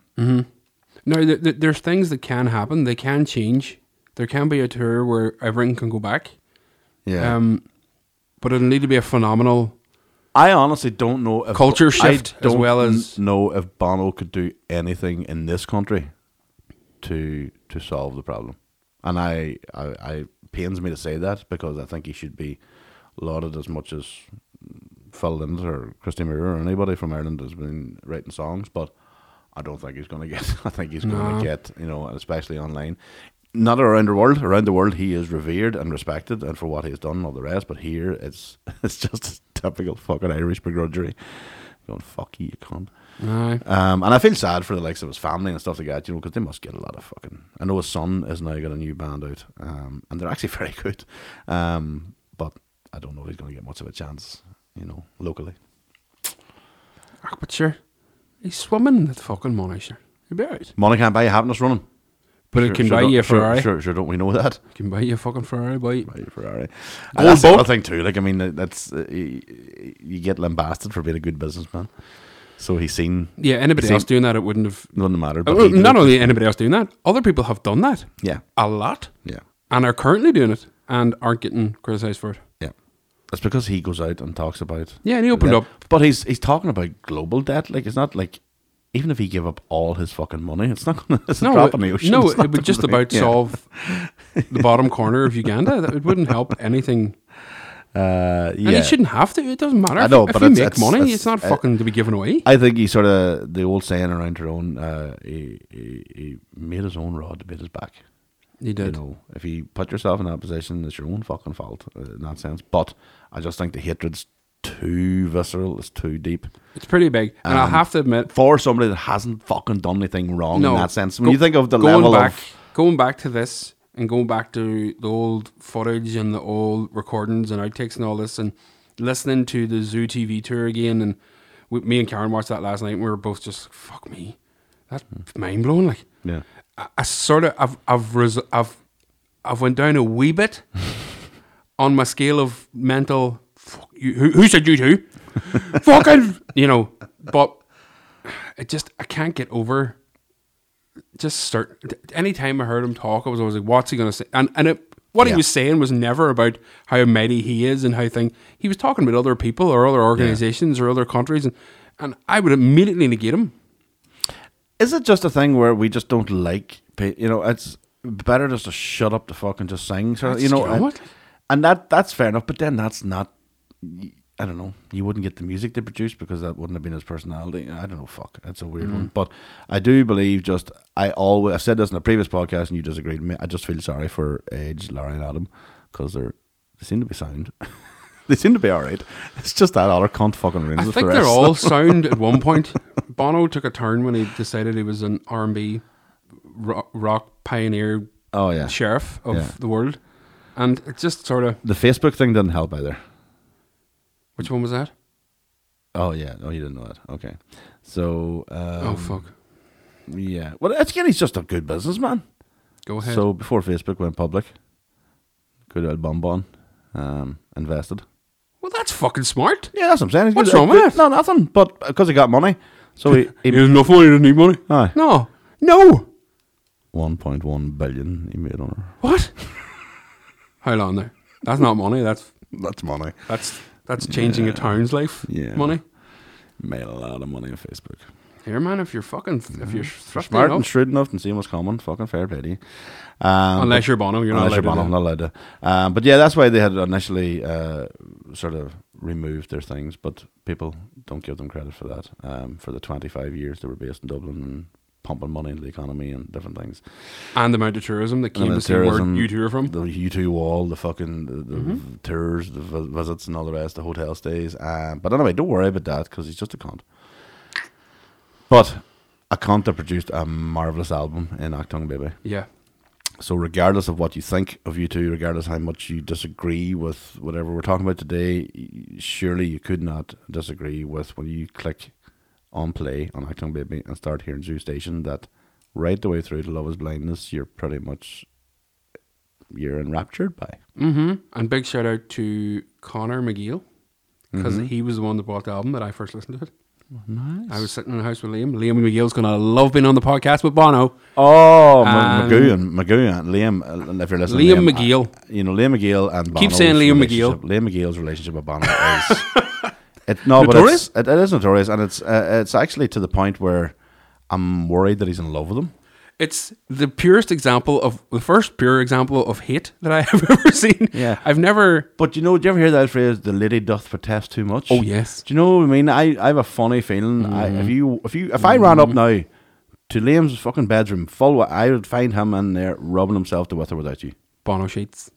H: No, th- th- there's things that can happen. They can change. There can be a tour where everything can go back.
G: Yeah,
H: Um, but it'll need to be a phenomenal.
G: I honestly don't know if
H: Culture
G: I
H: shift as
G: don't
H: well as-
G: n- know if Bono could do anything in this country to to solve the problem. And I, I, I pains me to say that because I think he should be lauded as much as Phil Lynott or Christy Muir or anybody from Ireland has been writing songs, but I don't think he's going to get. I think he's going
H: No.
G: to get you know, especially online. Not around the world. Around the world, he is revered and respected, and for what he's done and all the rest. But here, it's it's just typical fucking Irish begrudgery. Going fuck you, you cunt.
H: Aye.
G: Um, and I feel sad for the likes of his family and stuff like that, you know, because they must get a lot of fucking. I know his son has now got a new band out, um, and they're actually very good. Um, but I don't know if he's going to get much of a chance, you know, locally.
H: Ah, but sure, he's swimming in that fucking money, sure. He'll be alright.
G: Money can't buy you happiness running.
H: But it can buy
G: don't-
H: you a
G: sure-
H: Ferrari.
G: Sure, sure, don't we know that?
H: It can buy you a fucking Ferrari, boy.
G: Buy you a Ferrari.
H: Gold
G: And that's the
H: boat.
G: other thing too. Like I mean, that- that's uh, you, you get lambasted for being a good businessman. So he's seen.
H: Yeah, anybody
G: Same-
H: else doing that, it wouldn't have.
G: Doesn't matter.
H: Uh,
G: But he did
H: not
G: it.
H: only anybody else doing that, other people have done that
G: Yeah,
H: a lot
G: yeah.
H: and are currently doing it and aren't getting criticised for it.
G: Yeah. That's because he goes out and talks about.
H: Yeah, and he opened
G: debt.
H: up.
G: But he's he's talking about global debt. Like it's not like even if he gave up all his fucking money, it's not gonna it's a drop
H: it,
G: in the ocean.
H: No,
G: It's
H: it
G: not
H: would just
G: gonna be-
H: about
G: yeah.
H: solve the bottom corner of Uganda. That it wouldn't help anything.
G: Uh, yeah.
H: And it shouldn't have to. It doesn't matter.
G: I
H: If-
G: know,
H: if
G: but
H: you
G: it's-
H: make
G: it's-
H: money, it's,
G: it's-
H: not
G: I-
H: fucking to be given away.
G: I think he sort of the old saying around her own. Uh, he, he he made his own rod to beat his back.
H: he
G: You
H: did.
G: know, if you put yourself in that position, it's your own fucking fault uh, in that sense. But I just think the hatred's too visceral. It's too deep.
H: It's pretty big, and I'll
G: Um,
H: have to admit,
G: for somebody that hasn't fucking done anything wrong
H: no.
G: in that sense. When
H: go-
G: you think of the
H: going
G: level
H: back,
G: of
H: going back to this and going back to the old footage and the old recordings and outtakes and all this, and listening to the Zoo TV tour again, and we, me and Karen watched that last night, and we were both just like, "Fuck me, that's mind blowing!" Like,
G: yeah,
H: I, I sort of I've I've res- I've I've went down a wee bit on my scale of mental. Fuck you, who, who said you two? Fucking you know, but it just I can't get over. Just start. Any time I heard him talk, I was always like, "What's he gonna say?" And and it, what
G: Yeah.
H: he was saying was never about how mighty he is and how thing. He was talking about other people or other organizations or other countries, and and I would immediately negate him.
G: is it just a thing where we just don't like pe- you know it's better just to shut up the fuck and just sing sort of, you
H: That's- you
G: know
H: know
G: and,
H: what?
G: and that that's fair enough but then that's not I don't know you wouldn't get the music they produced because that wouldn't have been his personality I don't know fuck that's a weird
H: Mm.
G: one but I do believe just I always I've said this in a previous podcast and you disagreed with me I just feel sorry for Edge Larry and Adam because they're they seem to be sound they seem to be alright it's just that other cunt fucking ruins it
H: I
G: for
H: think
G: the
H: they're
G: rest.
H: all sound at one point. Bono took a turn when he decided he was an R&B ro- rock pioneer
G: Oh, yeah.
H: sheriff of
G: Yeah.
H: the world. And it just sort of
G: the Facebook thing didn't help either
H: which one was that?
G: Oh yeah. Oh, you didn't know that. Okay. So. Um,
H: oh fuck.
G: Yeah. Well, that's again, he's just a good businessman.
H: Go ahead.
G: So before Facebook went public, good old Bonbon um, invested.
H: well that's fucking smart.
G: Yeah, that's what I'm saying. He's
H: What's
G: good-
H: wrong with
G: good-
H: it?
G: No, nothing. But uh, because he got money, so he. he
H: enough money, he doesn't need money.
G: Aye.
H: No. No.
G: 1.1 billion he made on her.
H: What? How long there? That's not money. That's
G: That's money.
H: that's that's changing a town's life.
G: Yeah.
H: Money.
G: Made a lot of money on Facebook.
H: Here, man. If you're fucking, if you're thrifty
G: Smart and
H: enough,
G: shrewd enough and seeing what's coming. Fucking fair play to you. Um,
H: unless
G: but-
H: you're Bono, you're not
G: unless
H: allowed to
G: you're Bono,
H: do
G: not allowed to. Um, but yeah, that's why they had initially uh, sort of removed their things, but people don't give them credit for that. Um, for the 25 years they were based in Dublin and pumping money into the economy and different things.
H: that. And the amount of tourism that
G: And
H: came
G: the
H: to see where
G: tourism,
H: you two are from. Mm-hmm.
G: The U2 wall, the fucking the, the tours, the vi- visits and all the rest, the hotel stays. Um, but anyway, don't worry about that because he's just a cunt. But a cunt that produced a marvellous album in Actung Baby.
H: Yeah.
G: So regardless of what you think of you two, regardless how much you disagree with whatever we're talking about today, y- surely you could not disagree with when you click on play on Acting Baby and start hearing Zoo Station that right the way through to Love Is Blindness, you're pretty much you're enraptured by.
H: Mm-hmm. And big shout out to Connor McGill because
G: Mm-hmm.
H: he was the one that bought the album that I first listened to it.
G: Oh,
H: Nice. I was sitting in the house with Liam. Liam McGill's gonna love being on the podcast with Bono.
G: Oh,
H: Ma- And-
G: Magoo and Magoo and Liam, uh, if you're listening,
H: Liam McGill.
G: I- you know Liam McGill and
H: Keep
G: Bono's
H: saying Liam
G: relationship-
H: McGill.
G: Liam McGill's relationship with Bono is it's no, but it's, it, it is notorious, and it's uh, it's actually to the point where I'm worried that he's in love with him.
H: It's the purest example of the first pure example of hate that I have ever seen.
G: Yeah.
H: I've never.
G: But you know, do you ever hear that phrase "the lady doth protest too much"?
H: Oh, yes. Mm-hmm.
G: Do you know what I mean? I, I have a funny feeling. I, if you if you if I ran up now to Liam's fucking bedroom, full, I would find him in there rubbing himself to with or without you.
H: Bono sheets.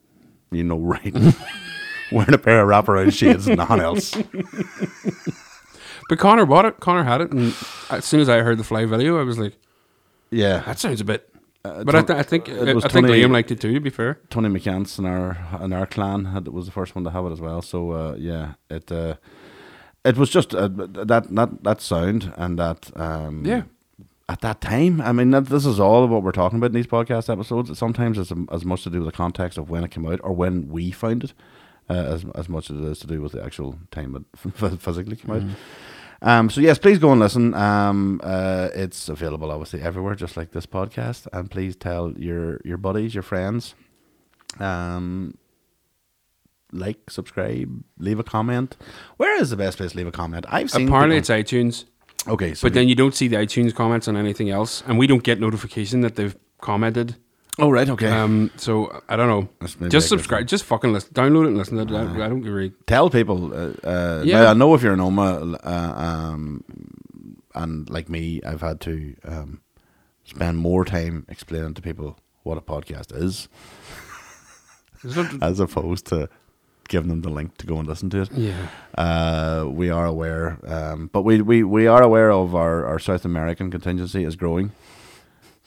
G: you know, right. Wearing a pair of wraparound shades, nothing else.
H: But Connor bought it. Connor had it, and as soon as I heard the fly video, I was like,
G: Yeah,
H: "That sounds a bit." but I, th- I think
G: Uh, it was
H: I think
G: 20
H: Liam liked it too. To be fair,
G: Tony McCants in our in our clan had, was the first one to have it as well. So uh, yeah, it uh, it was just uh, that that that sound and that um,
H: Yeah.
G: At that time, I mean, that, this is all what we're talking about in these podcast episodes. Sometimes it's as much to do with the context of when it came out or when we found it, uh, as as much as it is to do with the actual time it physically came
H: Mm-hmm.
G: out. Um, so yes, please go and listen. Um, uh, it's available obviously everywhere, just like this podcast. And please tell your your buddies, your friends. Um, like, subscribe, leave a comment. Where is the best place to leave a comment? I've seen.
H: apparently it's
G: people-
H: iTunes.
G: okay, so
H: But then you don't see the iTunes comments on anything else, and we don't get notification that they've commented.
G: oh right, okay.
H: Um, so I don't know.
G: That's maybe a
H: Just
G: good
H: subscribe.
G: thing.
H: Just fucking listen. Download it and listen. to it. I, I don't really.
G: tell people. Uh, uh,
H: Yeah.
G: now, I know if you're an OMA, uh, um, and like me, I've had to um, spend more time explaining to people what a podcast is, as opposed to giving them the link to go and listen to it.
H: Yeah.
G: Uh, we are aware, um, but we, we, we are aware of our, our South American contingency is growing.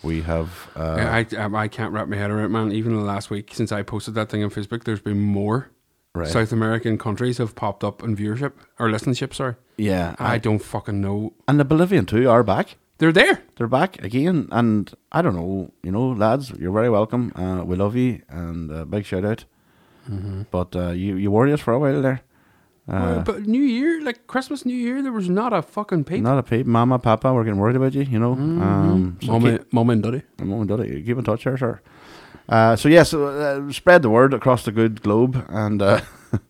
G: We have uh,
H: I, I I can't wrap my head around it, man. Even in the last week since I posted that thing on Facebook, there's been more
G: Right.
H: South American countries have popped up in viewership or listenership. Sorry,
G: yeah,
H: I don't fucking know.
G: and the Bolivian too are back.
H: They're there.
G: They're back again, and I don't know, you know, lads, you're very welcome. Uh, we love you, and uh, big shout out. But uh, you you worried us for a while there.
H: Uh, but New Year, like Christmas, New Year, there was not a fucking peep.
G: Not a peep, Mama, Papa, we're getting worried about you. You know, um, so
H: mom,
G: keep-
H: and, mom and daddy.
G: I'm only done it. Keep in touch here, sir. Uh, so yes, uh, spread the word across the good globe, and uh,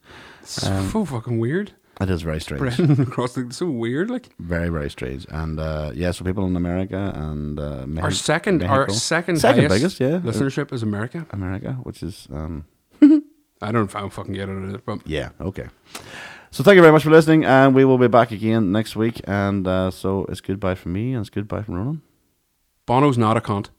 H: It's
G: Um,
H: so fucking weird.
G: it is very strange,
H: Brendan across the so weird. Like
G: very very strange. And uh, yeah, so people in America and uh, Mex-
H: our second, our
G: Mexico.
H: second,
G: second
H: highest
G: biggest, yeah,
H: listenership is America.
G: America, which is um,
H: I don't know if I fucking get it, or not, but
G: yeah, okay. So thank you very much for listening, and we will be back again next week. And uh, so it's goodbye from me, and it's goodbye from Ronan.
H: Bono's not a cunt.